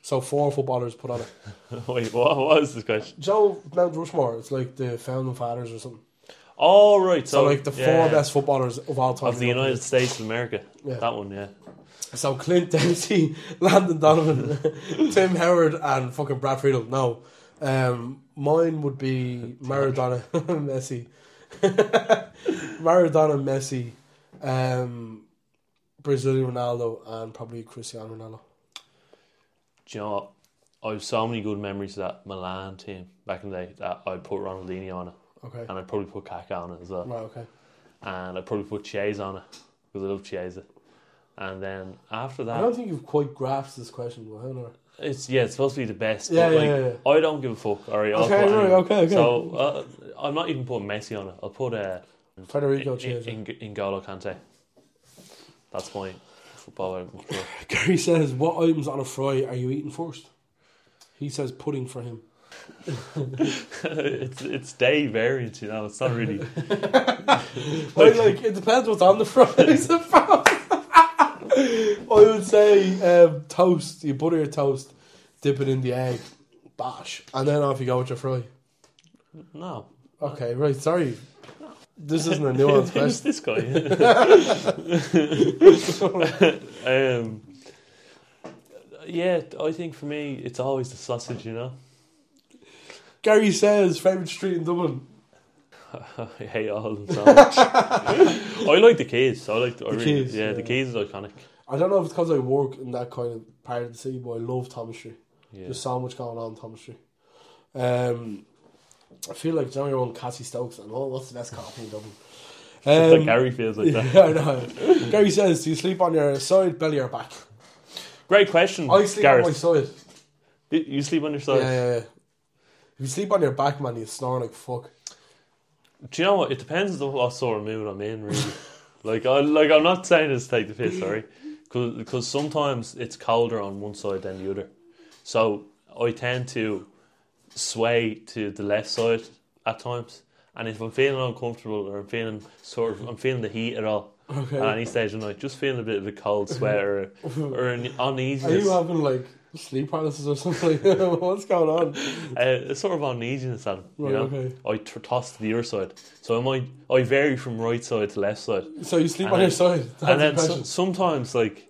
So four footballers put
<laughs>
on it.
<laughs> Wait, what, what is this question?
Joe Mount Rushmore. It's like the founding fathers or something.
Oh, right. So,
So, like the
yeah.
four best footballers of all time
of the United States of America.
Yeah.
That one, yeah.
So Clint <laughs> Dempsey, Landon Donovan, <laughs> Tim Howard, and fucking Brad Friedel. No, um, mine would be Maradona, <laughs> Messi, Maradona, Messi, um, Brazilian Ronaldo, and probably Cristiano Ronaldo.
Do you know what? I have so many good memories of that Milan team back in the day that I put Ronaldinho on it.
Okay.
And I probably put Kaká on it as well.
Right, okay.
And I probably put Chiesa on it because I love Chiesa. And then after that,
I don't think you've quite grasped this question, but however.
It's yeah, it's supposed to be the best.
Yeah,
but like,
yeah, yeah.
I don't give a fuck. All right, I'll
Okay,
put
right,
anyone.
okay, okay.
So uh, I'm not even putting Messi on it. I'll put uh,
Federico
in, in, N'Golo Kante. That's my footballer.
<laughs>
<laughs>
Gary says, "What items on a fry are you eating first? He says pudding for him.
it's it's day variant, you know. It's not
<laughs>
really.
<laughs> Like, like it depends what's on the fries. I would say um, toast. You butter your toast, dip it in the egg, bash, and then off you go with your fry.
No.
Okay, right. Sorry. This isn't
<laughs>
a nuanced
Who's
question.
this
<laughs>
guy? um, yeah, I think for me, it's always the sausage, you know?
Gary says favorite street in Dublin.
<laughs> I hate all of them
<laughs>
so much. I like the keys. I like the, I
The
really,
Keys,
yeah, the
yeah.
keys is iconic.
I don't know if it's because I work in that kind of part of the city, but I love Thomas Street.
Yeah.
There's so much going on in Thomas Street. Um, I feel like Johnny on Cassie Stokes and oh, what's the best coffee in Dublin?
Like Gary feels
Um,
like
<laughs> yeah,
that.
I know. Gary says, "Do you sleep on your side, belly, or back?"
Great question.
I sleep
Gareth.
on my side.
You- You sleep on your side.
Yeah, yeah, yeah. If you sleep on your back, man, you snore like fuck.
Do you know what? It depends on what sort of mood I'm in,
<laughs>
really. like, I, like I'm not saying this to take the piss, sorry, because sometimes it's colder on one side than the other. So I tend to sway to the left side at times, and if I'm feeling uncomfortable or I'm feeling sort of I'm feeling the heat at all.
Okay.
At any stage of the night, just feeling a bit of a cold sweat or,
<laughs>
or an
Are
uneasiness.
you having like sleep paralysis or something? <laughs> What's going on?
uh, it's sort of uneasiness at him.
Right,
you know?
okay.
I t- toss to the other side, so I might I vary from right side to left side.
So you sleep <laughs>
And
on your
then-
side. That's
and then
the
so-
question.
sometimes like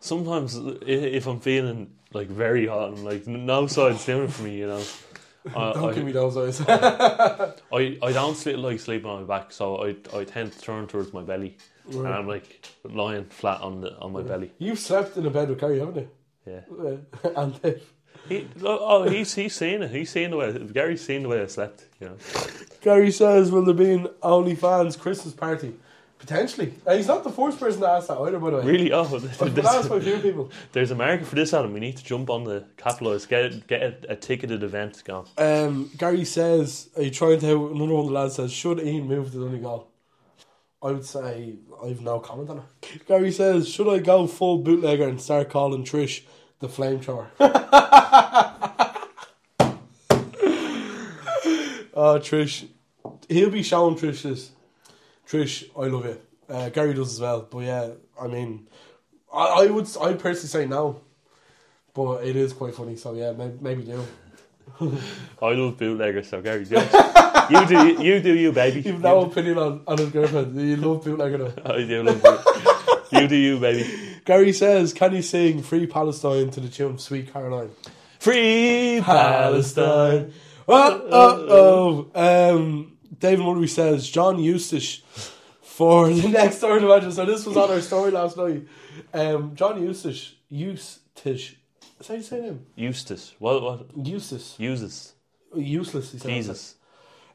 sometimes i- if I'm feeling like very hot, I'm like no side's doing it for me, you know.
<laughs>
I,
Don't
I,
give me those eyes. <laughs>
I, I don't sleep like sleeping on my back, so I I tend to turn towards my belly, and
Right.
I'm like lying flat on the on my belly.
You've slept in a bed with Gary, haven't you? <laughs>
Yeah.
Yeah. and Dave.
He, oh, he's he's seen it. He's seen the way Gary's seen the way I slept. You know.
Gary says, "Will there be an OnlyFans Christmas party?" Potentially. Uh, he's not the first person to ask that either, by the way.
Really? Oh, <laughs>
I've been asked by a few people.
There's a market for this, Adam. We need to jump on the capitalise, get get a, a ticketed event going.
Um, Gary says, "Are you trying to?" help?" Another one of the lads says, "Should Ian move to Donegal?" I would say I've no comment on it. Gary says, "Should I go full bootlegger and start calling Trish the flamethrower?" <laughs> oh, Trish, he'll be showing Trish this. Trish, I love you. Uh, Gary does as well, but yeah, I mean, I, I would, I would personally say no, but it is quite funny. So yeah, maybe, maybe do.
I love bootleggers, so Gary, do
<laughs>
it. you do you, you do you, baby.
You've no opinion on, on his girlfriend. You love bootlegger though.
I do love boot. you do you, baby.
Gary says, Can you sing Free Palestine to the tune of Sweet Caroline?
Free Palestine.
Oh, oh, oh. Um, David Mulry says, John Eustace for the <laughs> next Ireland Imagine. So this was on our story last night. Um, John Eustace, Eustace. Is that how you say him?
Eustace, what what
Eustace.
uses
Useless, he said.
Jesus?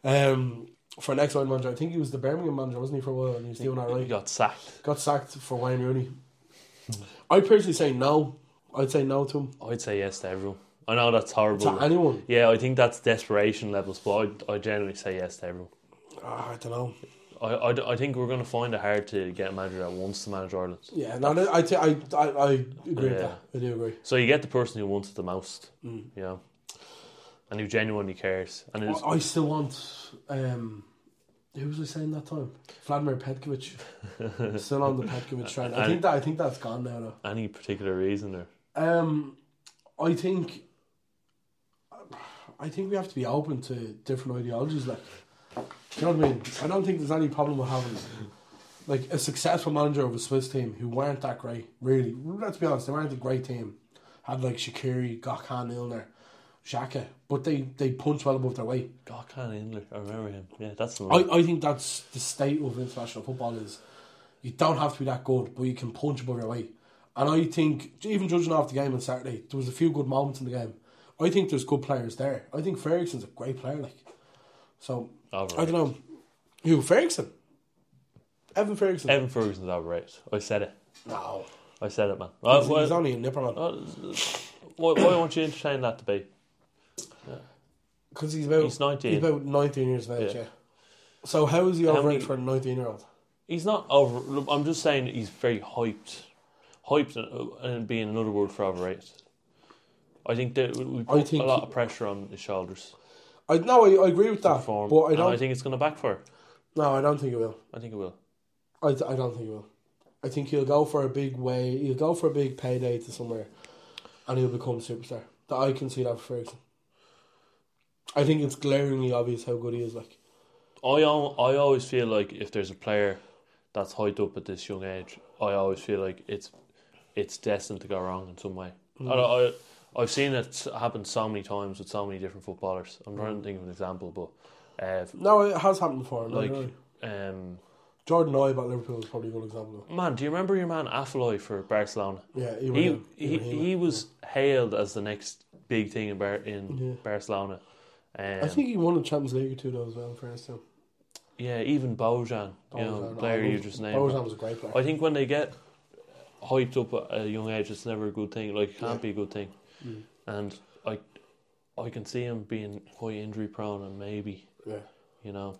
Um, for an ex Ireland manager. I think he was the Birmingham manager, wasn't he, for a while? And he was doing that
He
right.
got sacked.
Got sacked for Wayne Rooney. I'd personally say no. I'd say no to him.
I'd say yes to everyone. I know that's horrible.
To anyone.
Yeah, I think that's desperation levels, but I I generally say yes to everyone.
Ah, I don't know.
I, I, I think we're going to find it hard to get a manager that wants to manage Ireland.
Yeah, no, no, I, t- I, I, I agree with that. I do agree.
So you get the person who wants it the most,
Mm.
you know, and who genuinely cares. And it's,
I, I still want. Um, who was I saying that time? Vladimir <laughs> Petkovic. still on the Petkovic train. I think that. I think that's gone now. Though.
any particular reason or
Um, I think. I think we have to be open to different ideologies. Like, you know what I mean? I don't think there's any problem with having. Like a successful manager of a Swiss team who weren't that great, really. Let's be honest, they weren't a great team. Had like Shakiri, Gokhan, Ilner, Shaka, but they they punch well above their weight.
God, can't Inler, I remember him. Yeah, that's the
I,
one.
I think that's the state of international football is you don't have to be that good, but you can punch above your weight. And I think even judging off the game on Saturday, there was a few good moments in the game. I think there's good players there. I think Ferguson's a great player, like. So
All right.
I don't know. Who Ferguson? Evan Ferguson.
Evan Ferguson's outright. I said it.
No.
I said it, man.
He's,
why,
he's only a nipper on
why, why won't you entertain that debate?
because he's about
He's 19.
He's about nineteen years of age.
Yeah.
Yeah. So how is he
How
overrated
many-
for a nineteen-year-old?
He's not over. look, I'm just saying he's very hyped. Hyped and- and being another word for overrated. I think that we- we
I
put
think
a lot
he-
of pressure on his shoulders.
I no, I, I agree with that,
Form,
but I
and
don't.
I think it's going to backfire.
no, I don't think he will.
I think it will.
I, I don't think he will. I think he'll go for a big way. He'll go for a big payday to somewhere, and he'll become a superstar. That I can see that for Ferguson. I think it's glaringly obvious how good he is. Like
I, al- I always feel like if there's a player that's hyped up at this young age, I always feel like it's it's destined to go wrong in some way.
Mm.
I, I, I've seen it happen so many times with so many different footballers. I'm trying to think of an example, but uh,
Mm. no, it has happened before. No,
like
really.
um,
Jordan Ayew at Liverpool is probably a good example.
man, do you remember your man Afloy for Barcelona?
Yeah,
he he,
Ibrahim-
he,
Ibrahim,
was hailed as the next big thing in Bar- in
Yeah.
Barcelona. Um,
I think he won the Champions League or two though as well. In fairness to him.
Yeah, even Bojan, you know,
Bojan,
the player
I
you
love-
just named.
Bojan was a great player.
I think when they get hyped up at a young age, it's never a good thing. Like, it can't be a good thing.
Mm.
And I, I can see him being quite injury prone and maybe,
Yeah.
you know,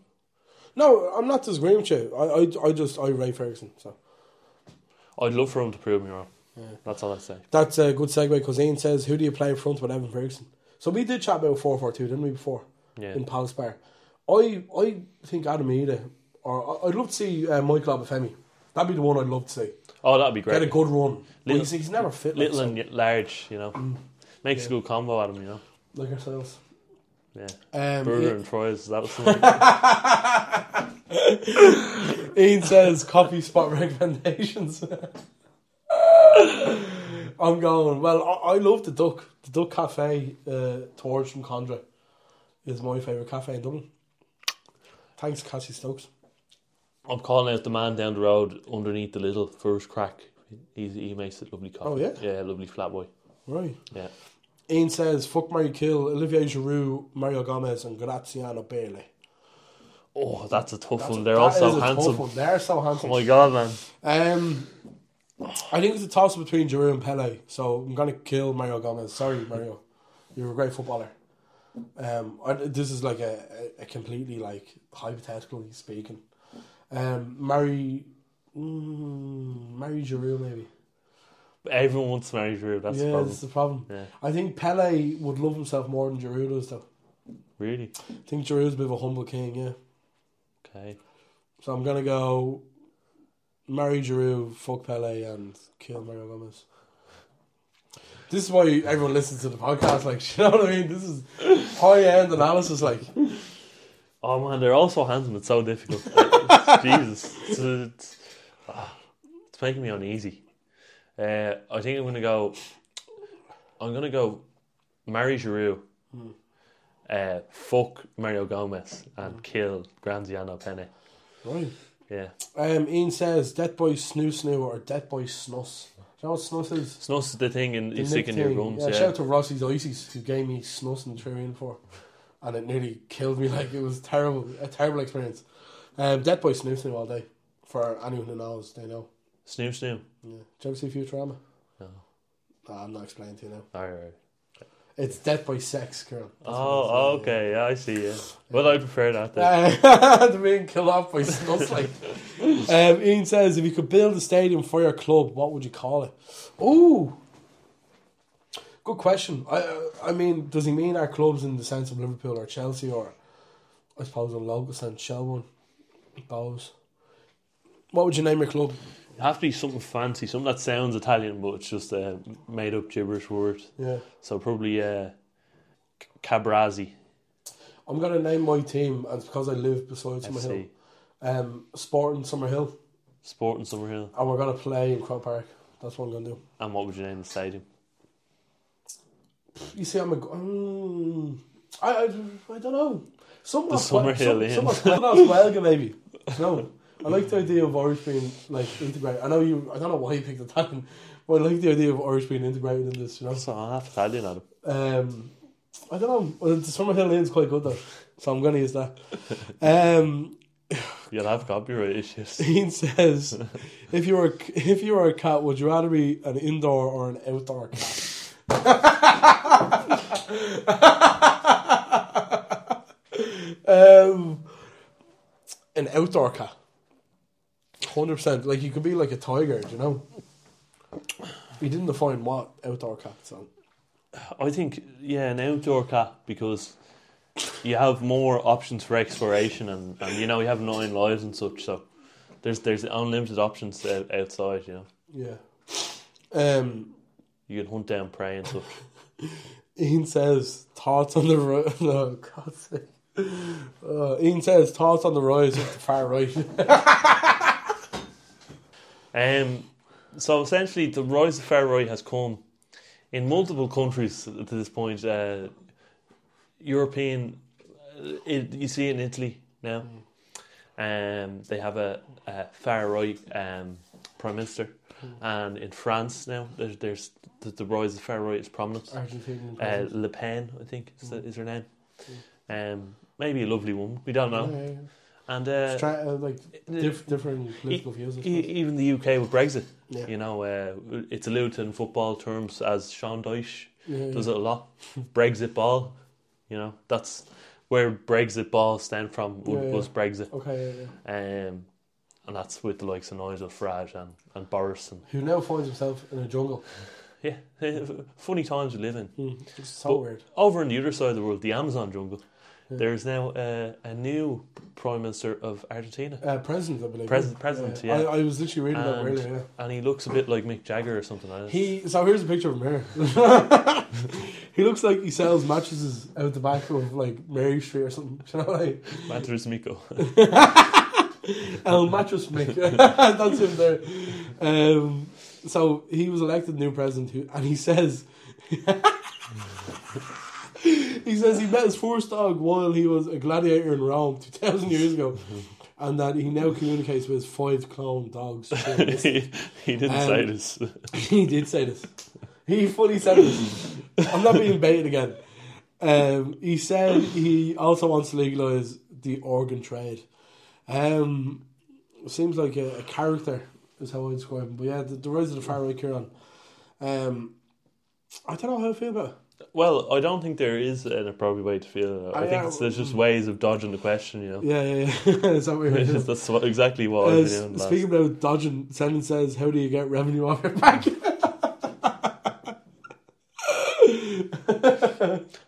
No, I'm not disagreeing with you. I, I, I just I rate Ferguson. So
I'd love for him to prove me wrong.
Yeah.
That's all I say.
that's a good segue because Ian says, "Who do you play in front with Evan Ferguson?" So we did chat about four four two, didn't we? Before
Yeah.
in Palace Bar. I I think Adam Ida, or I- I'd love to see uh, Michael Obafemi. That'd be the one I'd love to see.
Oh, that'd be great.
Get a good run. But he's, he's never fit. like
Little
so-
and yet large, you know. Makes
Yeah.
a good combo out of him, you know.
like ourselves.
Yeah.
Um,
Burger
yeah.
and
<laughs>
fries, that was
<laughs> Ian says copy spot <laughs> recommendations. <laughs> I'm going. Well, I, I love the Duck. The Duck Cafe uh, towards from Condra is my favourite cafe in Dublin. Thanks, Cassie Stokes.
I'm calling out the man down the road underneath the little for his crack. He, he makes it lovely coffee.
Oh, yeah?
Yeah, lovely flat boy.
Right.
Yeah.
Ian says fuck Mary Kill, Olivier Giroud, Mario Gomez, and Graziano Bailey.
Oh, that's a tough
That's-
one. They're
that
all
is
so
a tough
handsome.
one. They're so
Oh
handsome.
my god, man.
Um, I think it's a toss up between Giroud and Pele, so I'm gonna kill Mario Gomez. Sorry, Mario, you're a great footballer. Um, I, this is like a, a, a completely like hypothetically speaking. Um, marry, mm, marry Giroud maybe.
Everyone wants to marry Giroud. That's
yeah,
the problem.
that's the problem.
Yeah.
I think Pele would love himself more than Giroud does, though.
Really?
I think Giroud's a bit of a humble king, yeah.
Okay.
So I'm gonna go marry Giroud, fuck Pele, and kill Mario Gomez. This is why everyone listens to the podcast. Like, <laughs> you know what I mean? This is high end analysis. Like,
Oh man, they're all so handsome. It's so difficult.
<laughs>
Like, Jesus, it's, it's, ah, it's making me uneasy. Uh, I think I'm gonna go. I'm gonna go. Marry Giroud.
Hmm.
Uh, fuck Mario Gomez
Hmm.
and kill Granziano Penne.
right?
Yeah.
Um, Ian says, "Death by Snoo Snoo" or "Death by Snus." Do you know what Snus is?
It's not the thing and you
The
stick in your
nicotine.
gums.
Yeah,
Yeah.
Shout out to Rossi's Ices who gave me Snus and threw me in for, and it nearly killed me. <laughs> Like it was terrible, a terrible experience. Um, Death by Snoo Snoo all day. For anyone who knows, they know.
Snoo snoo.
Yeah. Did you ever see Futurama?
No.
No, I'm not explaining to you now.
All right.
It's death by sex, <laughs> girl.
Oh, okay. Yeah, I see. Yeah. Well, I prefer that. Then.
Uh, the being killed off by snuff like. <laughs> Um, Ian says, if you could build a stadium for your club, what would you call it? Ooh, good question. I uh, I mean, does he mean our clubs in the sense of Liverpool or Chelsea or, I suppose, in a local sense, Shelbourne, Bowes? What would you name your club?
It have to be something fancy, something that sounds Italian, but it's just a made up gibberish word.
Yeah.
So probably uh, C- Cabrazzi.
I'm gonna name my team, and it's because I live beside Summerhill,
FC.
um, Sporting Summerhill,
Sporting Summerhill.
and we're gonna play in Crow Park. That's what I'm gonna do.
And what would you name the stadium?
You see, I'm a. Um, I, I, I don't know. Some
The
are
Summerhill
some,
Inn.
some are Quelga maybe. No, I like the idea of Irish being like integrated. I know you. I don't know why you picked Italian, but I like the idea of Irish being integrated in this. You know.
That's not half Italian, Adam.
Um, I don't know. Well, the Summerhill Inn's quite good though, so I'm gonna use that. Um,
You'll have copyright issues.
Dean says, if you were if you were a cat, would you rather be an indoor or an outdoor cat? um, an outdoor cat, hundred percent. Like you could be like a tiger, do you know. We didn't define what outdoor cat. So
<laughs> I think, yeah, an outdoor cat because you have more options for exploration and, and you know, you have nine lives and such. So There's there's unlimited options uh, outside, you know.
Yeah. Um,
you can hunt down prey and such.
Ian says thoughts on the ro- <laughs> no God's sake. Uh, Ian says thoughts on the rise of the far right.
um, so essentially, the rise of far right has come in multiple countries to this point. Uh, European, uh, it, you see it in Italy now. Um, they have a, a far right um, prime minister, and in France now, there's, there's the, the rise of far right is prominent.
Argentinian
Uh,
president. Mm.
Le Pen, I think, is, that, is her name. Um, maybe a lovely woman. We don't know.
Yeah, yeah, yeah.
And uh,
Just try, uh, like diff- different political
e-
views. I
e-
suppose.
even the UK with Brexit,
Yeah.
you know, uh, it's alluded to in football terms as Sean Dyche
Yeah,
does
yeah.
it a lot. <laughs> Brexit ball, you know, that's where Brexit ball stemmed from was,
Yeah, yeah.
was Brexit.
Okay,
Um, and that's with the likes of Nigel Farage and, and Boris and
Who now finds himself in a jungle?
yeah, <laughs> funny times we live in.
it's so Hmm, weird.
Over on the other side of the world, the Amazon jungle,
Yeah.
there is now uh, a new prime minister of Argentina.
Uh, president, I believe.
President, president,
Yeah.
yeah.
I- I was literally reading that
And-
earlier,
And he looks a bit like Mick Jagger or something like that.
He so here's a picture of him here. <laughs> he looks like he sells mattresses out the back of like Mary Street or something. <laughs> You know, like
Mattress
<laughs>
Miko.
El Oh, mattress maker. That's him there. Um, so he was elected new president, who, and he says. <laughs> He says he met his first dog while he was a gladiator in Rome 2,000 years ago, and that he now communicates with his five clone dogs.
he, he didn't
Um,
say this. <laughs>
He did say this. He fully said this. I'm not being baited again. Um, he said he also wants to legalise the organ trade. Um, seems like a, a character is how I describe him. But yeah, the, the rise of the far right Kieran. Um, I don't know how I feel about it.
Well, I don't think there is an appropriate way to feel. it. I
I,
think
uh,
it's, there's just ways of dodging the question, you know.
Yeah, yeah, yeah. <laughs> is that what you're doing?
<laughs> That's what- exactly what
Uh,
I've been
s-
doing.
speaking about dodging, Shannon says, "How do you get revenue off your <laughs> back?"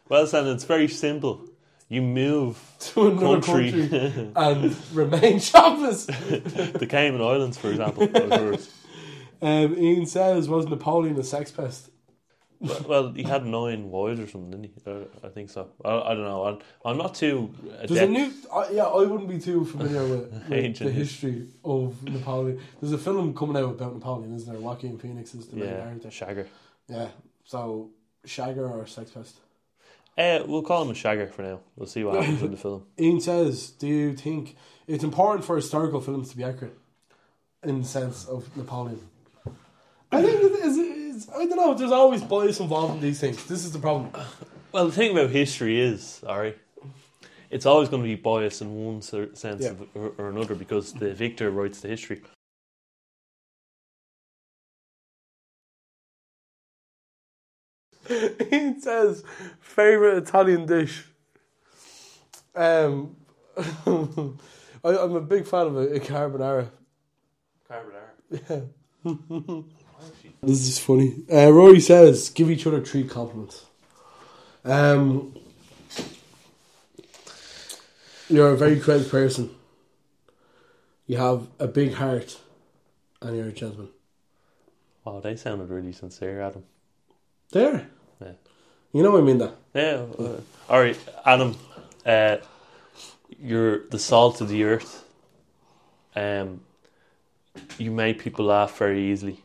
Well, Sam, it's very simple. You move
<laughs> to another
<laughs>
country Uh, and remain <laughs> jobless.
the Cayman Islands, for
<laughs>
example. of course.
Um, Ian says, "Was Napoleon a sex pest?"
well, well, he had nine wives or something, didn't he? Uh, I think so. I, I don't know. I'm, I'm not too. Adept.
There's a new, I yeah, I wouldn't be too familiar with, with the
Ancient
history of Napoleon. There's a film coming out about Napoleon, isn't there? Joaquin Phoenix is the main
Yeah,
character.
Shagger.
Yeah, so Shagger or sex pest?
Uh, we'll call him a Shagger for now. We'll see what happens in the film.
Ian says, "Do you think it's important for historical films to be accurate in the sense of Napoleon?" I think it is. It's, I don't know. There's always bias involved in these things. This is the problem.
Well, the thing about history is, Ari, it's always going to be biased in one cer- sense
Yeah.
of- or, or another because the victor writes the history.
<laughs> Ian says, favorite Italian dish. Um, <laughs> I, I'm a big fan of a, a carbonara. <laughs> This is funny. Uh, Rory says, give each other three compliments. Um, you're a very creative person. You have a big heart, and you're a gentleman.
Oh, they sounded really sincere, Adam.
There.
Yeah.
You know what I mean, though.
Yeah. uh, all right, Adam. Uh, you're the salt of the earth. Um, you make people laugh very easily,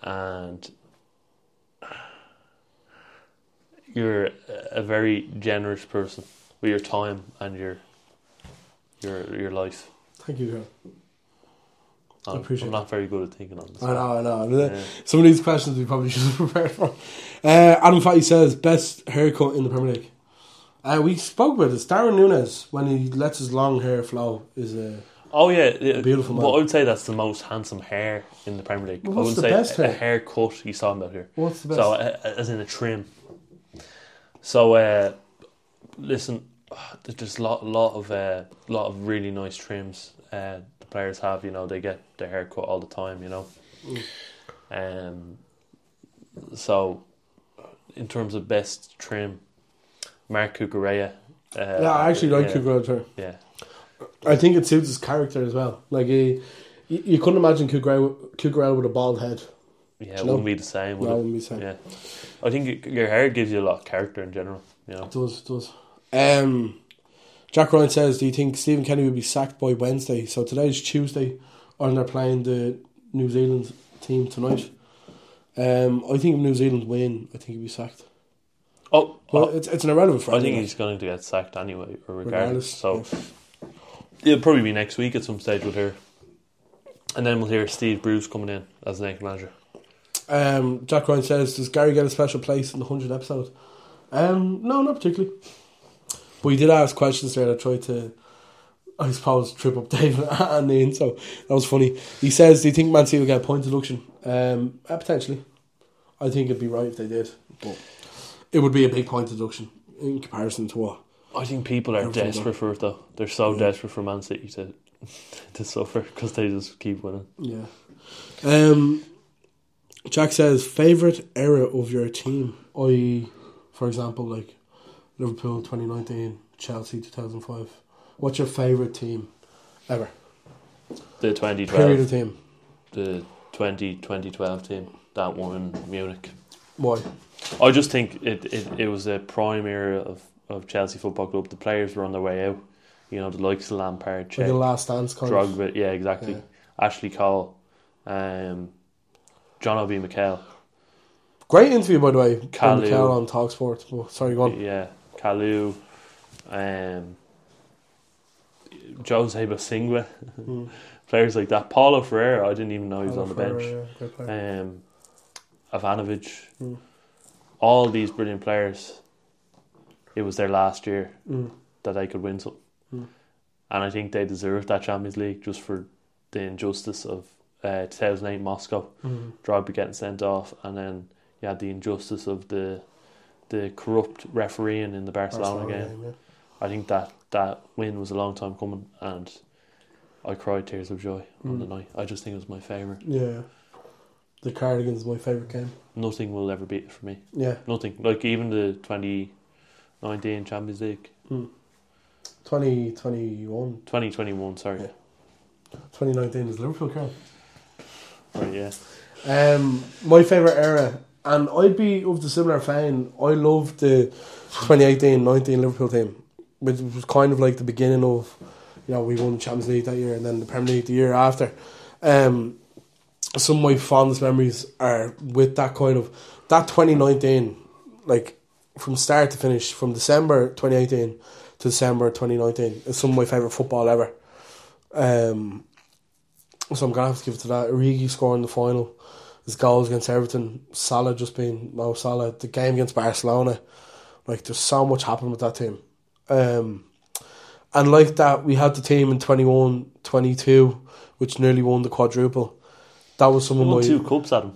and you're a- a very generous person with your time and your your your life.
Thank you, girl.
I'm,
appreciate
I'm not very good at thinking on this.
I know, I know.
Yeah.
Some of these questions we probably <laughs> should have prepared for. Uh, Adam Fatty says best haircut in the Premier League. Uh, we spoke about this. Darren Nunes, when he lets his long hair flow, is a
Oh yeah, yeah.
Beautiful man.
Well, I would say that's the most handsome hair in the Premier League.
Well,
I
what's
would
the
say
best
a, a
hair?
haircut he's talking about here.
What's the
So uh, as in a trim. So uh, listen, there's just a lot, lot of uh, lot of really nice trims uh, the players have. You know, they get their hair cut all the time. You know, um, so in terms of best trim, Mark Cucurella. Uh,
yeah, I actually like
yeah.
Cucurella too.
Yeah.
I think it suits his character as well. Like he, you, you couldn't imagine Cucurella, Cucurella with a bald head.
Yeah,
Do
it
you know?
wouldn't be the same. Would
No,
it?
it wouldn't be the same.
Yeah, I think it, your hair gives you a lot of character in general. You know?
It does, it does. Um, Jack Ryan says, "Do you think Stephen Kenny will be sacked by Wednesday? So today's Tuesday, and they're playing the New Zealand team tonight. Um, I think if New Zealand win, I think he'll be sacked.
Oh,
well, it's it's an irrelevant.
I
Friday
think
night.
he's going to get sacked anyway, or
Regardless,
regardless. so it'll probably be next week at some stage. We'll hear, and then we'll hear Steve Bruce coming in as an manager.
Um, Jack Ryan says, "Does Gary get a special place in the hundred episode?" Um, no, not particularly. But he did ask questions there. that I tried to, I suppose, trip up <laughs> David and Ian. So that was funny. He says, "Do you think Man City will get a point deduction?" Um, uh, potentially. I think it'd be right if they did, but it would be a big point deduction in comparison to what.
I think people are
Everything
desperate for it though. They're so desperate for Man City to <laughs> to suffer because they just keep winning.
Yeah. Um, Jack says favorite era of your team, i.e., for example, like Liverpool twenty nineteen, Chelsea two thousand five. What's your favorite team ever?
The twenty
Period
twelve
of team.
The 20, 2012 team that won in Munich.
Why?
I just think it, it, it was a prime era of, of Chelsea Football Club. The players were on their way out. You know, the likes of Lampard,
Like
Cech,
the last dance kind of.
Drogba, yeah, exactly.
Yeah.
Ashley Cole, um, John O'B McHale,
Great interview by the way.
Kalu.
Calu on Talksport. Oh, sorry, go on.
yeah, Kalu, um, Jose Basingua, <laughs> players like that. Paulo Ferreira, I didn't even know he
Mm.
was
Paulo
on the
Ferreira, yeah,
bench.
good player.
Um, Ivanovic,
Mm.
all these brilliant players. It was their last year
Mm.
that they could win something,
Mm.
and I think they deserved that Champions League just for the injustice of uh, 2008 Moscow,
Mm.
Drogba getting sent off, and then you had the injustice of the the corrupt refereeing in the Barcelona,
Barcelona
game.
game, yeah.
I think that that win was a long time coming, and I cried tears of joy on
Mm.
the night. I just think it was my favorite.
Yeah. The Cardigans is my favorite game.
Nothing will ever beat it for me.
Yeah.
nothing. Like even the 2019 Champions League,
Mm. 2021.
2021. Sorry,
2019 is Liverpool, Carl.
right, yeah.
Um, my favorite era, and I'd be of the similar fan. I loved the 2018-19 Liverpool team, which was kind of like the beginning of, you know, we won the Champions League that year, and then the Premier League the year after. Um, some of my fondest memories are with that kind of that 2019, like from start to finish, from December 2018 to December 2019, is some of my favorite football ever. Um, so I'm gonna have to give it to that. Origi scoring the final, his goals against Everton. Salah just being Mo Salah. The game against Barcelona, like there's so much happened with that team. Um, and like that, we had the team in 21, 22, which nearly won the quadruple. That was some
We
of
won
my.
two cups, Adam.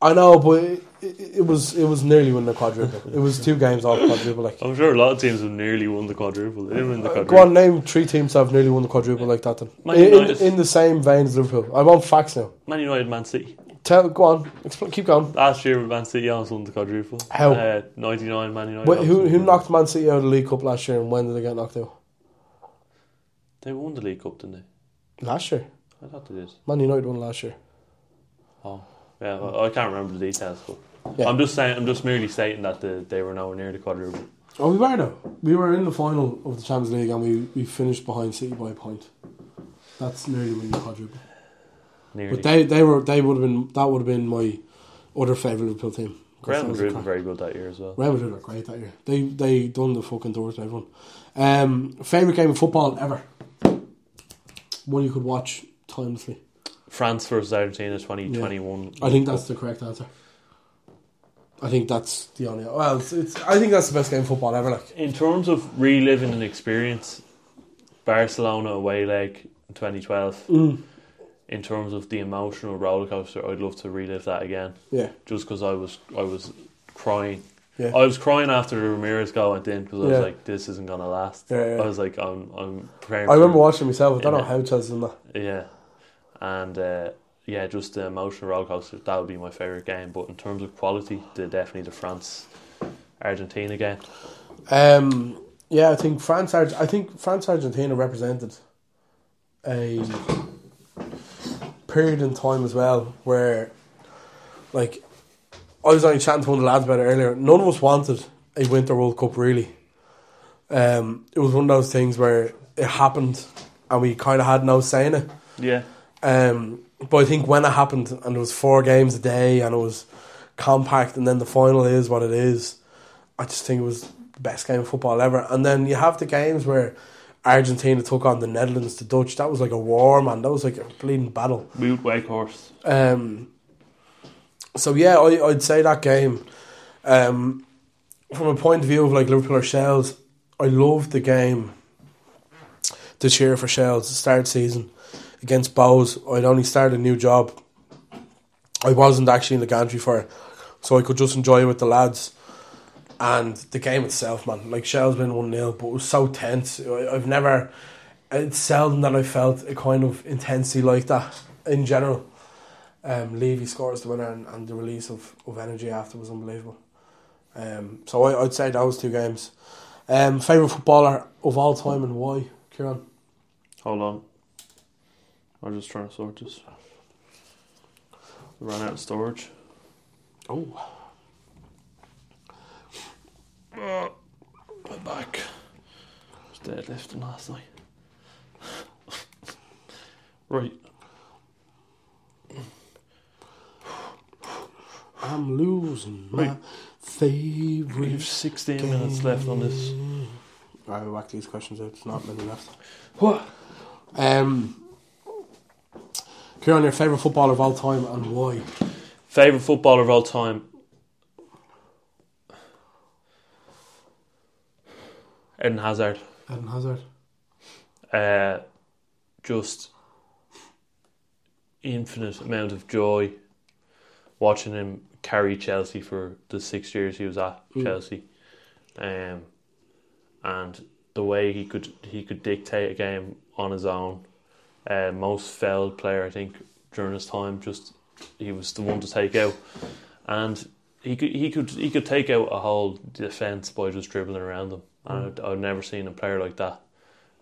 I know, but it, it, it was it was nearly winning the quadruple. it was two games off quadruple. Like
I'm sure a lot of teams have nearly won the quadruple. They didn't win the
Uh, Go on,
quadruple.
name three teams that have nearly won the quadruple like that. Then
Man
in, in,
United.
in the same vein as Liverpool. I want facts now.
Man United, Man City.
Tell, go on, expl- keep going.
Last year, Man City almost won the quadruple.
How?
Uh, 99 Man United.
Wait, who
almost
who
won.
knocked Man City out of the League Cup last year, and when did they get knocked out?
They won the League Cup, didn't
Last year,
they? I thought they did.
Man United won last year.
Oh, yeah. well, I can't remember the details, but
Yeah.
I'm just saying. I'm just merely stating that the, they were nowhere near the quadruple.
Oh, we were though. We were in the final of the Champions League, and we, we finished behind City by a point. That's nearly winning the quadruple.
Nearly.
But they they were they would have been that would have been my other favourite Liverpool team. 'Cause
Real
that was a
Madrid were
crack.
very good that year as well.
Real Madrid were great that year. They they done the fucking doors to everyone. Um, favorite game of football ever. One you could watch timelessly.
France versus Argentina, 2021.
I think that's the correct answer. I think that's the only. Well, it's, it's I think that's the best game of football ever. Like
In terms of reliving an experience, Barcelona away leg in 2012.
Mm.
In terms of the emotional roller coaster, I'd love to relive that again.
Yeah.
Just because I was I was crying.
Yeah.
I was crying after the Ramirez goal went in because I was
Yeah.
like, this isn't gonna last.
Yeah, yeah.
I was like, I'm I'm preparing.
I remember
for-
watching myself. I don't
Yeah.
know how Chelsea done that.
Yeah, and uh, yeah, just the emotional roller coaster. That would be my favorite game. But in terms of quality, the definitely the France Argentina game.
Um, yeah, I think France. Arg- I think France Argentina represented a period in time as well where, like, I was only chatting to one of the lads about it earlier. None of us wanted a Winter World Cup really. Um, it was one of those things where it happened, and we kind of had no say in it.
Yeah.
Um, but I think when it happened, and there was four games a day, and it was compact, and then the final is what it is. I just think it was the best game of football ever. And then you have the games where Argentina took on the Netherlands, the Dutch. That was like a war, man. That was like a bleeding battle.
Wild wake horse.
Um, so yeah, I, I'd say that game. Um, from a point of view of like Liverpool or Shells, I loved the game. To cheer for Shells, the start season against Bowes. I'd only started a new job. I wasn't actually in the gantry for it, so I could just enjoy it with the lads. And the game itself, man, like Shell's been 1 0, but it was so tense. I- I've never, it's seldom that I felt a kind of intensity like that in general. Um, Levy scores the winner, and, and the release of, of energy after was unbelievable. Um, so I, I'd say those two games. Um, Favourite footballer of all time and why, Kieran?
Hold on. I'm just trying to sort this. Ran out of storage.
Oh.
Uh, my back. was deadlifting last night. <laughs> right.
I'm losing my
Right.
favourite.
We have 16 minutes left on this.
I will whack these questions out. There's not many left.
What?
Um, Kieran, your favourite footballer of all time and why?
Favourite footballer of all time? Eden Hazard.
Eden Hazard.
Uh, just infinite amount of joy watching him carry Chelsea for the six years he was at
Mm.
Chelsea, um, and the way he could he could dictate a game on his own. Uh, most failed player I think during his time. Just he was the one to take out, and he could he could he could take out a whole defense by just dribbling around them. And I've, I've never seen a player like that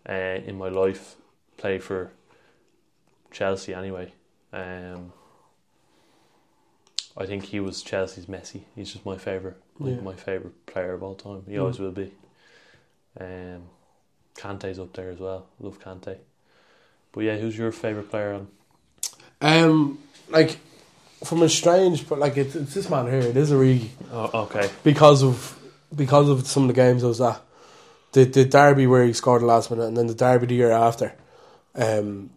uh, in my life play for Chelsea anyway. Um, I think he was Chelsea's Messi. He's just my favourite, like
Yeah.
my favourite player of all time. He
Mm.
always will be. Um, Kante's up there as well. Love Kante. But yeah, who's your favourite player? On
Um, like from a strange, but like it's, it's this man here. It is a Origi
oh, okay,
because of because of some of the games I was at. The the derby where he scored the last minute, and then the derby the year after. Um,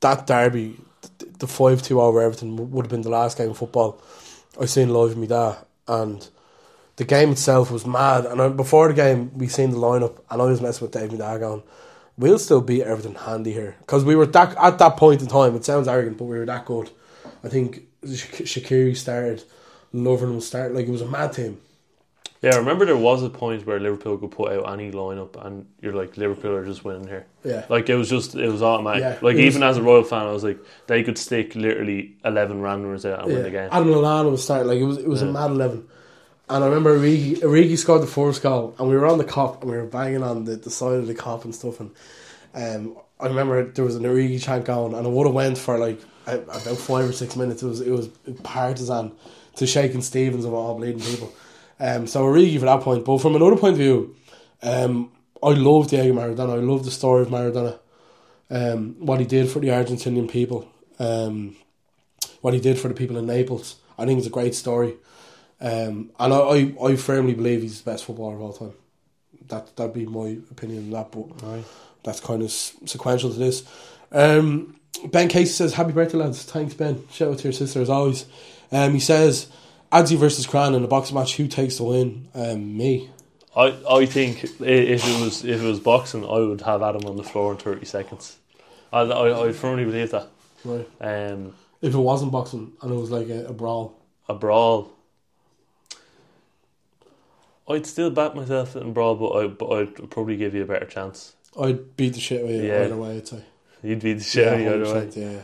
that derby, th- the five two over Everton w- would have been the last game of football I seen live with me dad, and the game itself was mad. And I, before the game, we seen the lineup, and I was messing with Dave my dad going, "We'll still beat Everton handy here," because we were that at that point in time. It sounds arrogant, but we were that good. I think Shak- Shakiri started, Lovren was started. Like it was a mad team.
yeah. I remember there was a point where Liverpool could put out any lineup, and you're like Liverpool are just winning here.
Yeah.
like it was just it was automatic.
Yeah,
like
it
even
was-
as a Royal fan, I was like they could stick literally eleven randomers out and win the game.
Adam Lallana was starting. Like it was, it was
Yeah.
a mad eleven. And I remember Origi, Origi scored the first goal, and we were on the cop, and we were banging on the, the side of the cop and stuff. And um, I remember there was an Origi chant going, and it would have went for like a- about five or six minutes. It was it was partisan to shaking Stevens of all bleeding people. Um, so Origi for that point, but from another point of view, um, I love Diego Maradona. I love the story of Maradona, um, what he did for the Argentinian people. Um, what he did for the people in Naples. I think it's a great story. Um, and I, I, I firmly believe he's the best footballer of all time. That that'd be my opinion on that, but that's kind of s- sequential to this. Um, ben Casey says, "Happy birthday, lads! Thanks, Ben. Shout out to your sister as always." Um, he says, "Adzi versus Cran in a boxing match. Who takes the win? Um, me.
I, I think i- if it was if it was boxing, I would have Adam on the floor in thirty seconds. I I, I firmly believe that.
Right.
Um,
If it wasn't boxing and it was like a, a brawl,
a brawl. I'd still back myself in brawl, but I but I'd probably give you a better chance.
I'd beat the shit out of you
Yeah.
either way. I'd say.
You'd be the show
Yeah,
the other way.
100%,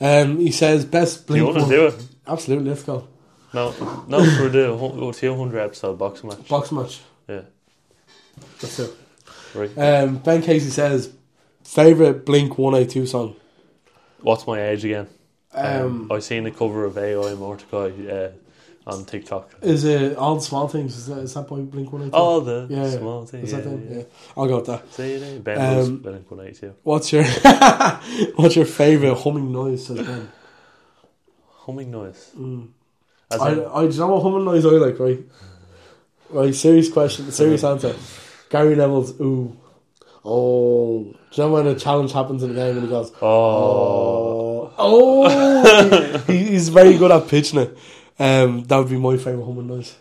Yeah. Um, he says best.
Do you
Blink
wanna
one-
do it?
Absolutely. Let's go.
No, no, for the hu- two hundred episode boxing match.
Box match.
Yeah,
Let's do.
right.
Uh, it. Um, ben Casey says Favorite Blink One Eight Two song.
What's my age again? Um, I seen the cover of AI Mortikai uh, on TikTok.
Is it all the small things? Is that, is that by Blink One Eight Two?
All the small things.
Is that
yeah,
them?
yeah.
Yeah. I'll go with that.
See you then. Ben um,
Um,
Blink One Eighty Two.
What's your <laughs> What's your favorite humming noise? Says Ben.
Humming noise.
Mm.
As
I,
in-
I, do you know what humming noise I like, right? Right, serious question, serious answer. Gary Neville's ooh. Oh. Do you know when a challenge happens in the game and he goes, oh. Oh. <laughs> he, he's very good at pitching it. Um, that would be my favourite humming noise.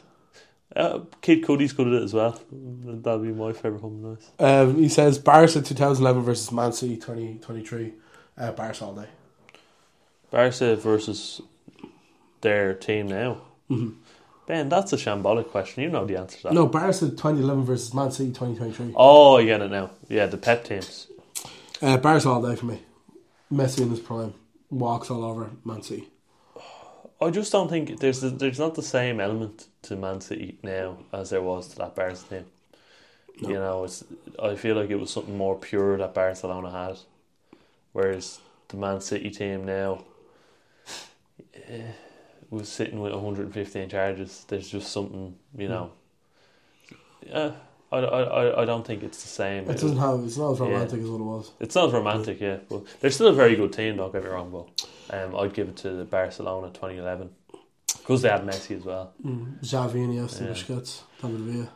Uh, Kid Cudi's good at it as well. That'd be my favourite humming noise.
Um, he says Barca 2011 versus Man City 2023. Uh, Barca all day.
Barca versus their team now.
Mhm.
Ben, that's a shambolic question. You know the answer to that.
No, Barca 2011 versus Man City 2023.
Oh, I get it now. Yeah, the pep teams.
Uh, Barca all day for me. Messi in his prime. Walks all over Man City.
I just don't think there's there's not the same element to Man City now as there was to that Barca team. You know, it's I feel like it was something more pure that Barcelona had, whereas the Man City team now eh, was sitting with 115 charges. There's just something,
Hmm.
you know. Uh, I, I, I- I don't think it's the same.
It doesn't have- it's not as
Yeah.
romantic as what it was.
It's not as romantic, yeah. But they're still a very good team. Don't get me wrong, but um, I'd give it to Barcelona 2011 because they had Messi as well.
Mm. Xavi, Iniesta,
Yeah.
Busquets, David Villa.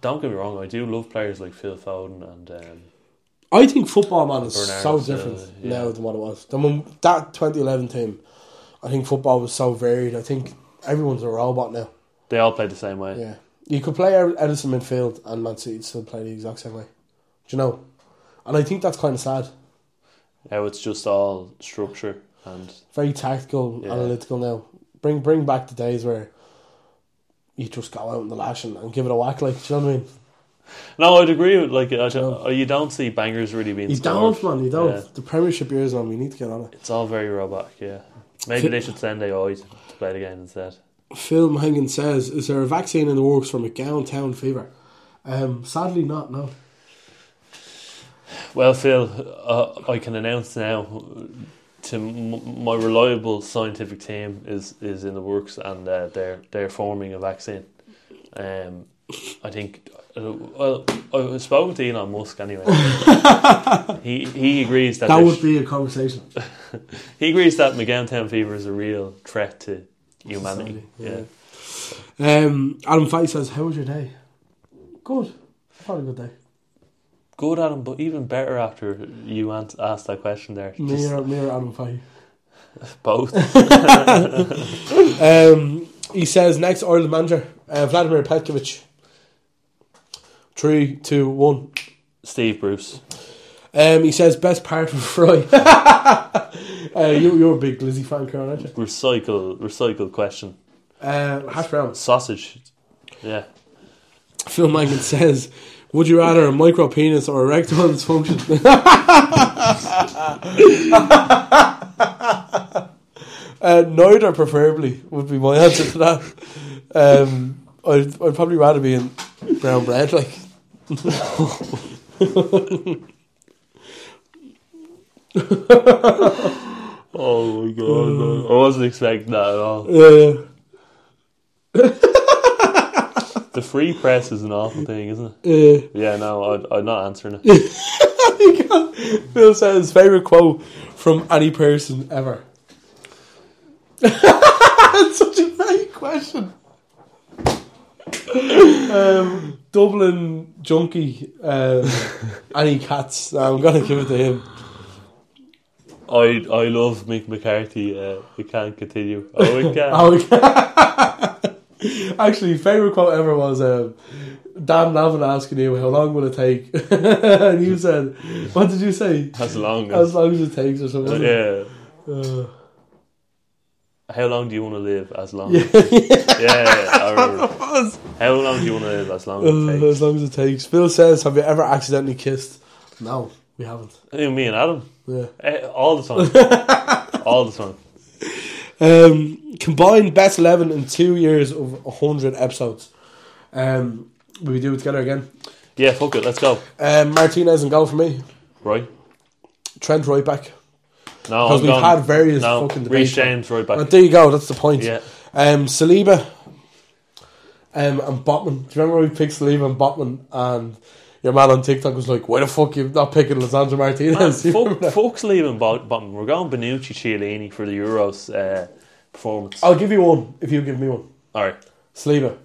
Don't get me wrong, I do love players like Phil Foden and um,
I think football man is
Bernardo
so
Silva,
different
yeah.
now than what it was. Than when that 2011 team, I think football was so varied. I think everyone's a robot now.
they all play the same way.
Yeah, you could play Ed- Edison midfield and Man City'd still play the exact same way. Do you know? And I think that's kind of sad.
Now it's just all structure and
Very tactical,
Yeah.
analytical now. Bring bring back the days where you just go out in the lash and, and give it a whack. Like, do you know what I mean?
no, I'd agree with like I don't- you don't see bangers really being.
You
scored.
don't, man. You don't.
Yeah,
The Premiership years on. We need to get on it.
it's all very robotic. Yeah, maybe they should send AI to to play the game instead.
Phil Mangan says, "Is there a vaccine in the works for McGowan Town fever?" Um, sadly, not. No.
Well, Phil, uh, I can announce now to m- my reliable scientific team is is in the works and uh, they're they're forming a vaccine. Um, I think. Uh, well, I was spoken to Elon
<laughs>
Musk anyway. he he agrees that
That
there
would
sh-
be a conversation.
he agrees that McGowantown fever is a real threat to humanity. yeah.
Um, Adam Fight says, "How was your day?" Good. Had a good day.
Good, Adam, but even better after you an- asked that question there.
Me
Just
or, me or Adam Fight.
both.
<laughs> um, he says, "Next Ireland manager, uh, Vladimir Petkovic." Three, two, one.
Steve Bruce.
Um, he says, "Best part of <laughs> Fry." uh, you, you're a big Glizzy fan, Karen, aren't you?
Recycle, recycle question.
Uh, hash brown.
Sausage. Yeah.
Phil Mangan says, "Would you rather a micro penis or erectile dysfunction?" uh, neither, preferably, would be my answer to that. Um, I'd, I'd probably rather be in brown bread, like.
Oh my god, no. I wasn't expecting that at all.
Uh,
The free press is an awful thing, isn't
it? Yeah.
Yeah, no, I'd, I'm not answering it.
<laughs> Phil says favorite quote from any person ever. <laughs> That's such a vague question. um, Dublin junkie, um, Annie Katz. I'm gonna give it to him.
I I love Mick McCarthy. Uh, we can't continue.
<laughs>
Oh, we can.
Oh, okay. Actually, favorite quote ever was um, Dan Lavin asking you how long will it take, <laughs> and you said, "What did you say?
As long as.
As long as it takes, or something."
yeah.
Uh,
How long do you want to live? As long.
Yeah. <laughs>
As, yeah, yeah, I remember.
That was-
How long do you want to live? As long as it
Uh,
takes.
as long as it takes. Phil says, "Have you ever accidentally kissed?" No, we haven't.
Hey, Me and Adam.
Yeah.
Eh, all
<laughs>
the time. all the time.
Um, combined best eleven in two years of hundred episodes. Um, will we do it together again?
Yeah, fuck it. Let's go.
Um, Martinez and goal for me.
Right.
Trent right back.
No,
because
I'm
we've
going-
had various
no,
fucking
Reece
debates.
James right back.
But there you go. That's the point. <laughs>
Yeah.
Um, Saliba, um, and Botman. Do you remember we picked Saliba and Botman and? Your man on TikTok was like, "Why the fuck you not picking Lisandro
Man,
Martinez?" You
fuck, fuck's leaving bot- bottom. We're going Benucci, Chiellini for the Euros uh, performance.
<laughs> I'll give you one if you give me one.
All right.
Saliba.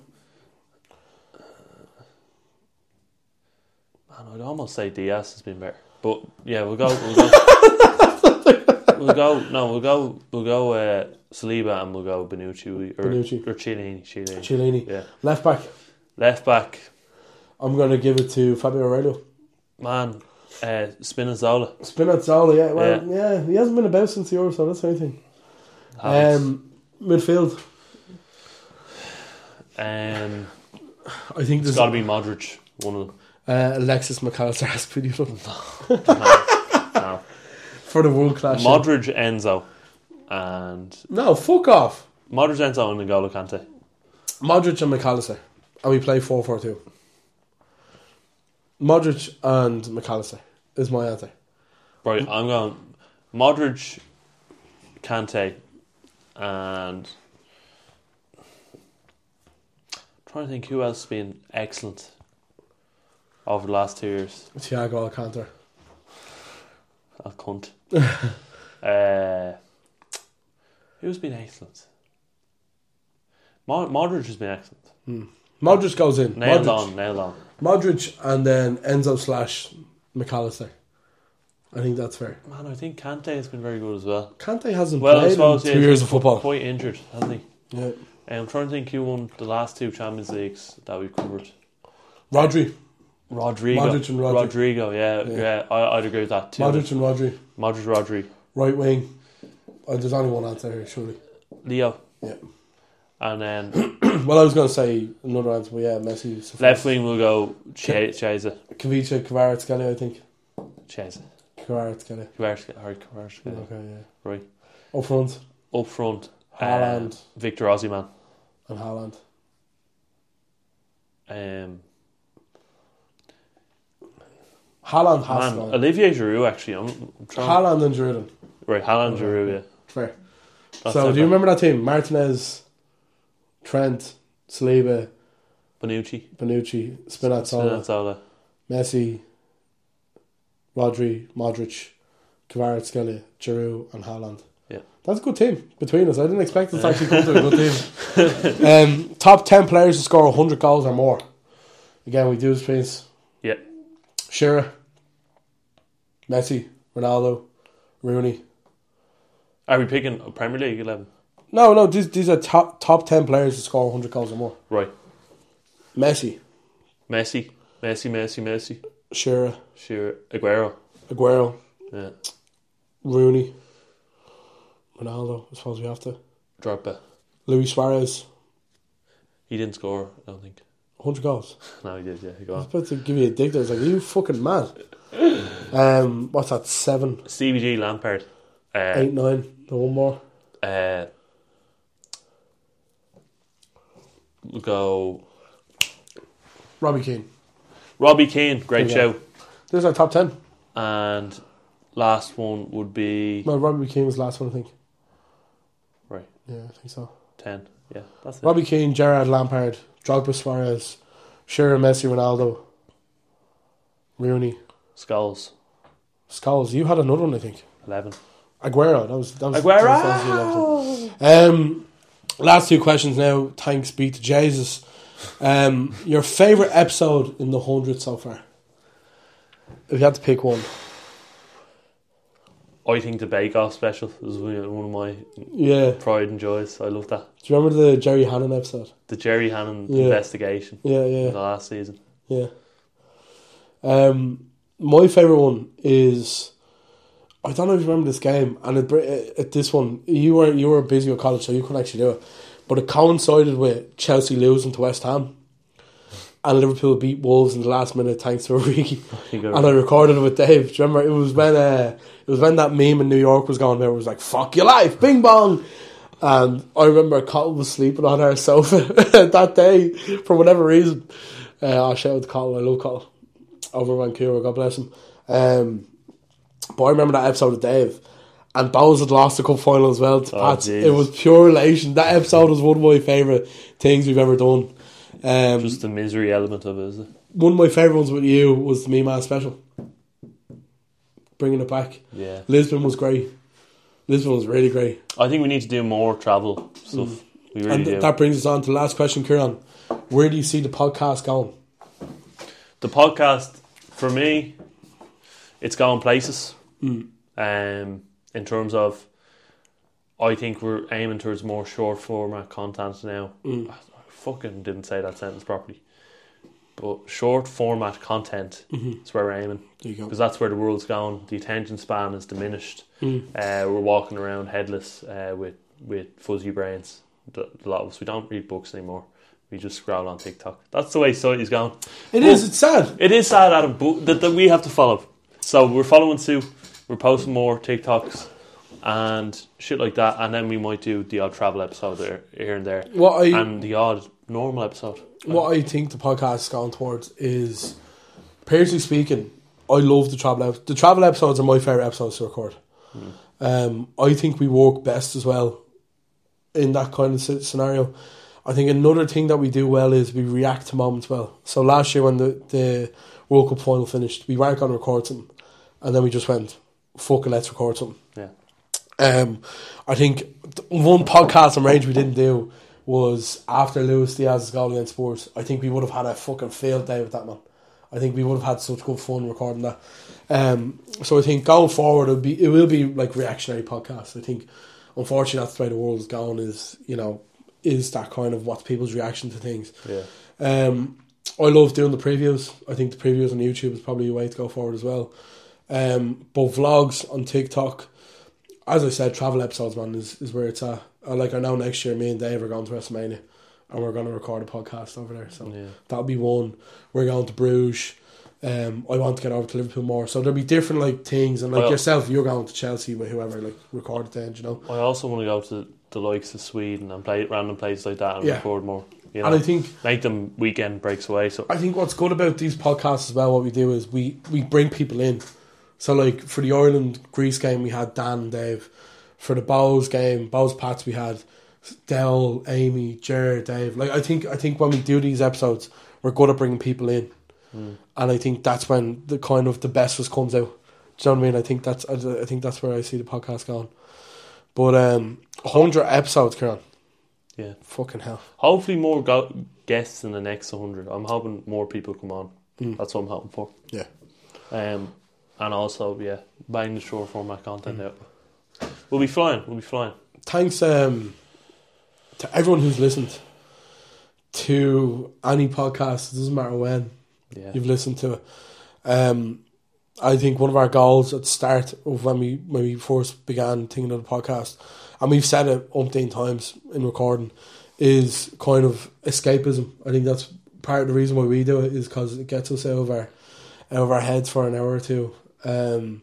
Man, I'd almost say Diaz has been better, but yeah, we'll go. We'll go.
<laughs>
we'll go. No, we'll go. We'll go. Uh, Saliba and we'll go Benucci or,
Benucci.
or Chiellini. Chiellini.
Chiellini.
Yeah.
Left back.
Left back.
I'm gonna give it to Fabio Aurelio.
Man, uh, Spinazzola.
Spinazzola, yeah. Well,
Yeah.
yeah. he hasn't been about since the Euro, so that's anything.
Havertz.
Um, midfield.
Um,
I think there's-
it's got to be Modric. One of them.
Uh, Alexis McAllister has pretty good.
<laughs> No.
For the world class.
Modric, Enzo, and
no, fuck off.
Modric, Enzo, and N'Golo Kante.
Modric and McAllister, and we play 4-4-2. Modric and McAllister is my answer. Mm.
Right, I'm going Modric, Kante, and trying to think who else has been excellent over the last two years.
Thiago Alcantara. <laughs>
A cunt. uh, who's been excellent? Mod- Modric has been excellent.
Hmm. Modric goes in.
Nailed
Modric.
on, nailed on.
Modric and then Enzo slash McAllister. I think that's fair.
Man, I think Kante has been very good as well.
Kante hasn't
well, I
played
suppose,
in
yeah,
two
he's
years
been
of football.
Quite injured, hasn't he?
Yeah.
Um, I'm trying to think who won the last two Champions Leagues that we've covered.
Rodri.
Rodrigo.
Modric and Rodri.
Rodrigo, yeah,
Yeah.
yeah. I, I'd agree with that too.
Modric and Rodri.
Modric, Rodri.
Right wing. Oh, there's only one answer here, surely. <clears throat>
Leo.
Yeah.
And then <coughs>
well, I was going to say another answer, but yeah, Messi. Sufic-
left wing will go Che- Chiesa.
Kavica, Kvaratskhelia, I think.
Chiesa.
Kvaratskhelia.
Kvaratskhelia. Harry Kvaratskhelia.
Okay, yeah.
Right.
Up front.
Up front.
Haaland.
um, Victor Ozyman.
And Haaland.
Um,
Haaland has
man,
to go.
Olivier Giroud, actually. I'm, I'm trying.
Haaland and Jordan.
Right, Haaland, Giroud, yeah.
Fair.
That's
so,
not
do you
bad.
remember that team? Martinez, Trent, Saliba,
Bonucci.
Benucci, Spinazzola,
Spinazzola.
Messi, Rodri, Modric, Kvaratskhelia, Giroud, and Haaland.
Yeah.
That's a good team between us. I didn't expect us to actually come to a good team. um, top 10 players to score 100 goals or more. Again, we do this, please.
Yeah.
Shearer, Messi, Ronaldo, Rooney.
Are we picking a Premier League 11?
No, no, these, these are top, top 10 players to score 100 goals or more.
Right.
Messi,
Messi. Messi, Messi, Messi.
Shearer,
Shearer. Aguero.
Aguero,
Yeah.
Rooney, Ronaldo, I suppose we have to.
Drogba.
Luis Suarez,
He didn't score, I don't think.
100 goals.
No, he did, yeah. Go
I was
on.
about to give you a dig there. I was like, are you fucking mad? Um, what's that, seven,
CBG Lampard. Uh,
eight, nine? The one more.
uh, we'll go.
Robbie Keane.
Robbie Keane, great
Yeah.
show.
There's our top 10.
And last one would be.
No, Robbie Keane was the last one, I think.
Right,
Yeah, I think so.
10. Yeah, that's it.
Robbie Keane, Gerard Lampard, Drogba Suarez, Shearer, Messi, Ronaldo, Rooney,
Skulls,
Scholes. You had another one, I think.
11.
Aguero. That was that was
Aguero!
that was the 11th. Um, last two questions now. Thanks be to Jesus. Um, your favorite episode in the hundred so far? If you had to pick one,
I think the Bake Off special is one of my
yeah.
pride and joys. I love that.
Do you remember the Jerry Hannon episode?
The Jerry Hannon
Yeah.
investigation
Yeah,
in the
yeah,
last season.
yeah. Um, my favorite one is. I don't know if you remember this game, and it, br- it, it- this one you were you were busy with college, so you couldn't actually do it. But it coincided with Chelsea losing to West Ham, and Liverpool beat Wolves in the last minute thanks <laughs> to Origi.
think I
and I recorded it with Dave. Do you remember? It was when uh, it was when that meme in New York was going. There it was like "fuck your life, bing bong." And I remember Cottle was sleeping on our sofa <laughs> that day for whatever reason. Uh, I shout out to Cottle. I love Cottle over in Vancouver. God bless him. Um, But I remember that episode with Dave. And Bowles had lost the cup final as well to
Oh,
Pats.
jeez.
It was pure elation. That episode was one of my favourite things we've ever done. Um,
Just the misery element of it, is it?
one of my favourite ones with you was the Me Man special. Bringing it back.
Yeah.
Lisbon was great. Lisbon was really great.
I think we need to do more travel stuff.
Mm.
We really
and th-
do.
that brings us on to the last question, Kieran. Where do you see the podcast going?
the podcast for me, it's gone places.
Mm.
Um, in terms of, I think we're aiming towards more short format content now.
Mm.
I, I fucking didn't say that sentence properly. But short format content
Mhm.
is where we're aiming.
There you go.
Because that's where the world's going. The attention span is diminished.
Mm.
Uh, we're walking around headless uh, with with fuzzy brains. The- A lot of us we don't read books anymore. We just scroll on TikTok. That's the way society's going.
It
It is.
is, it's sad.
It is sad, Adam, but that, that we have to follow. So we're following suit. We're posting more TikToks and shit like that, and then we might do the odd travel episode there, here and there,
What I-
and the odd normal episode.
What I think the podcast is going towards is, personally speaking, I love the travel episodes. The travel episodes are my favourite episodes to record.
Mm.
Um, I think we work best as well in that kind of sce- scenario. I think another thing that we do well is we react to moments well. So last year when the, the World Cup final finished, we weren't going to record something. And then we just went, fuck it, let's record something.
Yeah.
Um, I think th- one podcast and range we didn't do was after Luis Diaz's goal against Spurs. I think we would have had a fucking field day with that man. I think we would have had such good fun recording that. Um, so I think going forward, it'll be it will be like reactionary podcasts. I think unfortunately that's the way the world is going. Is you know is that kind of what's people's reaction to things.
Yeah.
Um, I love doing the previews. I think the previews on YouTube is probably a way to go forward as well. Um, but vlogs on TikTok, as I said, travel episodes, man, is, is where it's at. Uh, like I know next year, me and Dave are going to WrestleMania, and we're going to record a podcast over there. So
Yeah.
that'll be one. We're going to Bruges. Um, I want to get over to Liverpool more. So there'll be different like things, and like
Well-
yourself, you're going to Chelsea with whoever like record it then, you know.
I also want to go to the likes of Sweden and play at random places like that and
Yeah.
record more. You know,
And I think-
make them weekend breaks away. So
I think what's good about these podcasts as well, what we do is we, we bring people in. So like for the Ireland Greece game, we had Dan and Dave. For the Bows game, Bows Pats, we had Dell, Amy, Jared, Dave. Like I think I think when we do these episodes, we're good at bringing people in,
Mm.
and I think that's when the kind of the best us comes out. Do you know what I mean? I think that's I, I think that's where I see the podcast going. But um, hundred episodes, Kieran.
Yeah.
Fucking hell.
hopefully more go- guests in the next 100. I'm hoping more people come on.
Mm.
That's what I'm hoping for.
Yeah.
Um, and also, yeah, buying the short format content out. We'll be flying. We'll be flying.
thanks um, to everyone who's listened to any podcast. It doesn't matter when
Yeah.
you've listened to it. Um, I think one of our goals at the start of when we when we first began thinking of the podcast, and we've said it umpteen times in recording, is kind of escapism. I think that's part of the reason why we do it is because it gets us out of our out of our heads for an hour or two. Um,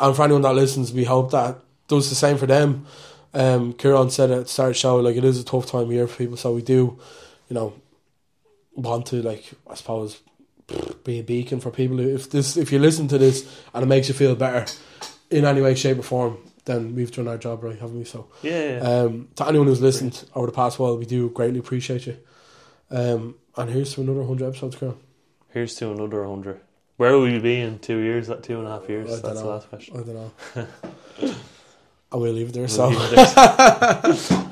and for anyone that listens, we hope that does the same for them. Um, Kieran said at the start of the show, like it is a tough time of year for people, so we do, you know, want to like I suppose be a beacon for people who, if this if you listen to this and it makes you feel better in any way, shape or form, then we've done our job right, haven't we? So
Yeah, yeah.
Um, to anyone who's listened over the past while, we do greatly appreciate you. Um, and here's to another hundred episodes, Kieran.
Here's to another 100. Where will we be in two years, like two and a half years?
I don't
That's the
know.
<laughs> last question.
I don't know. I will leave it there.
We'll
so
leave it there.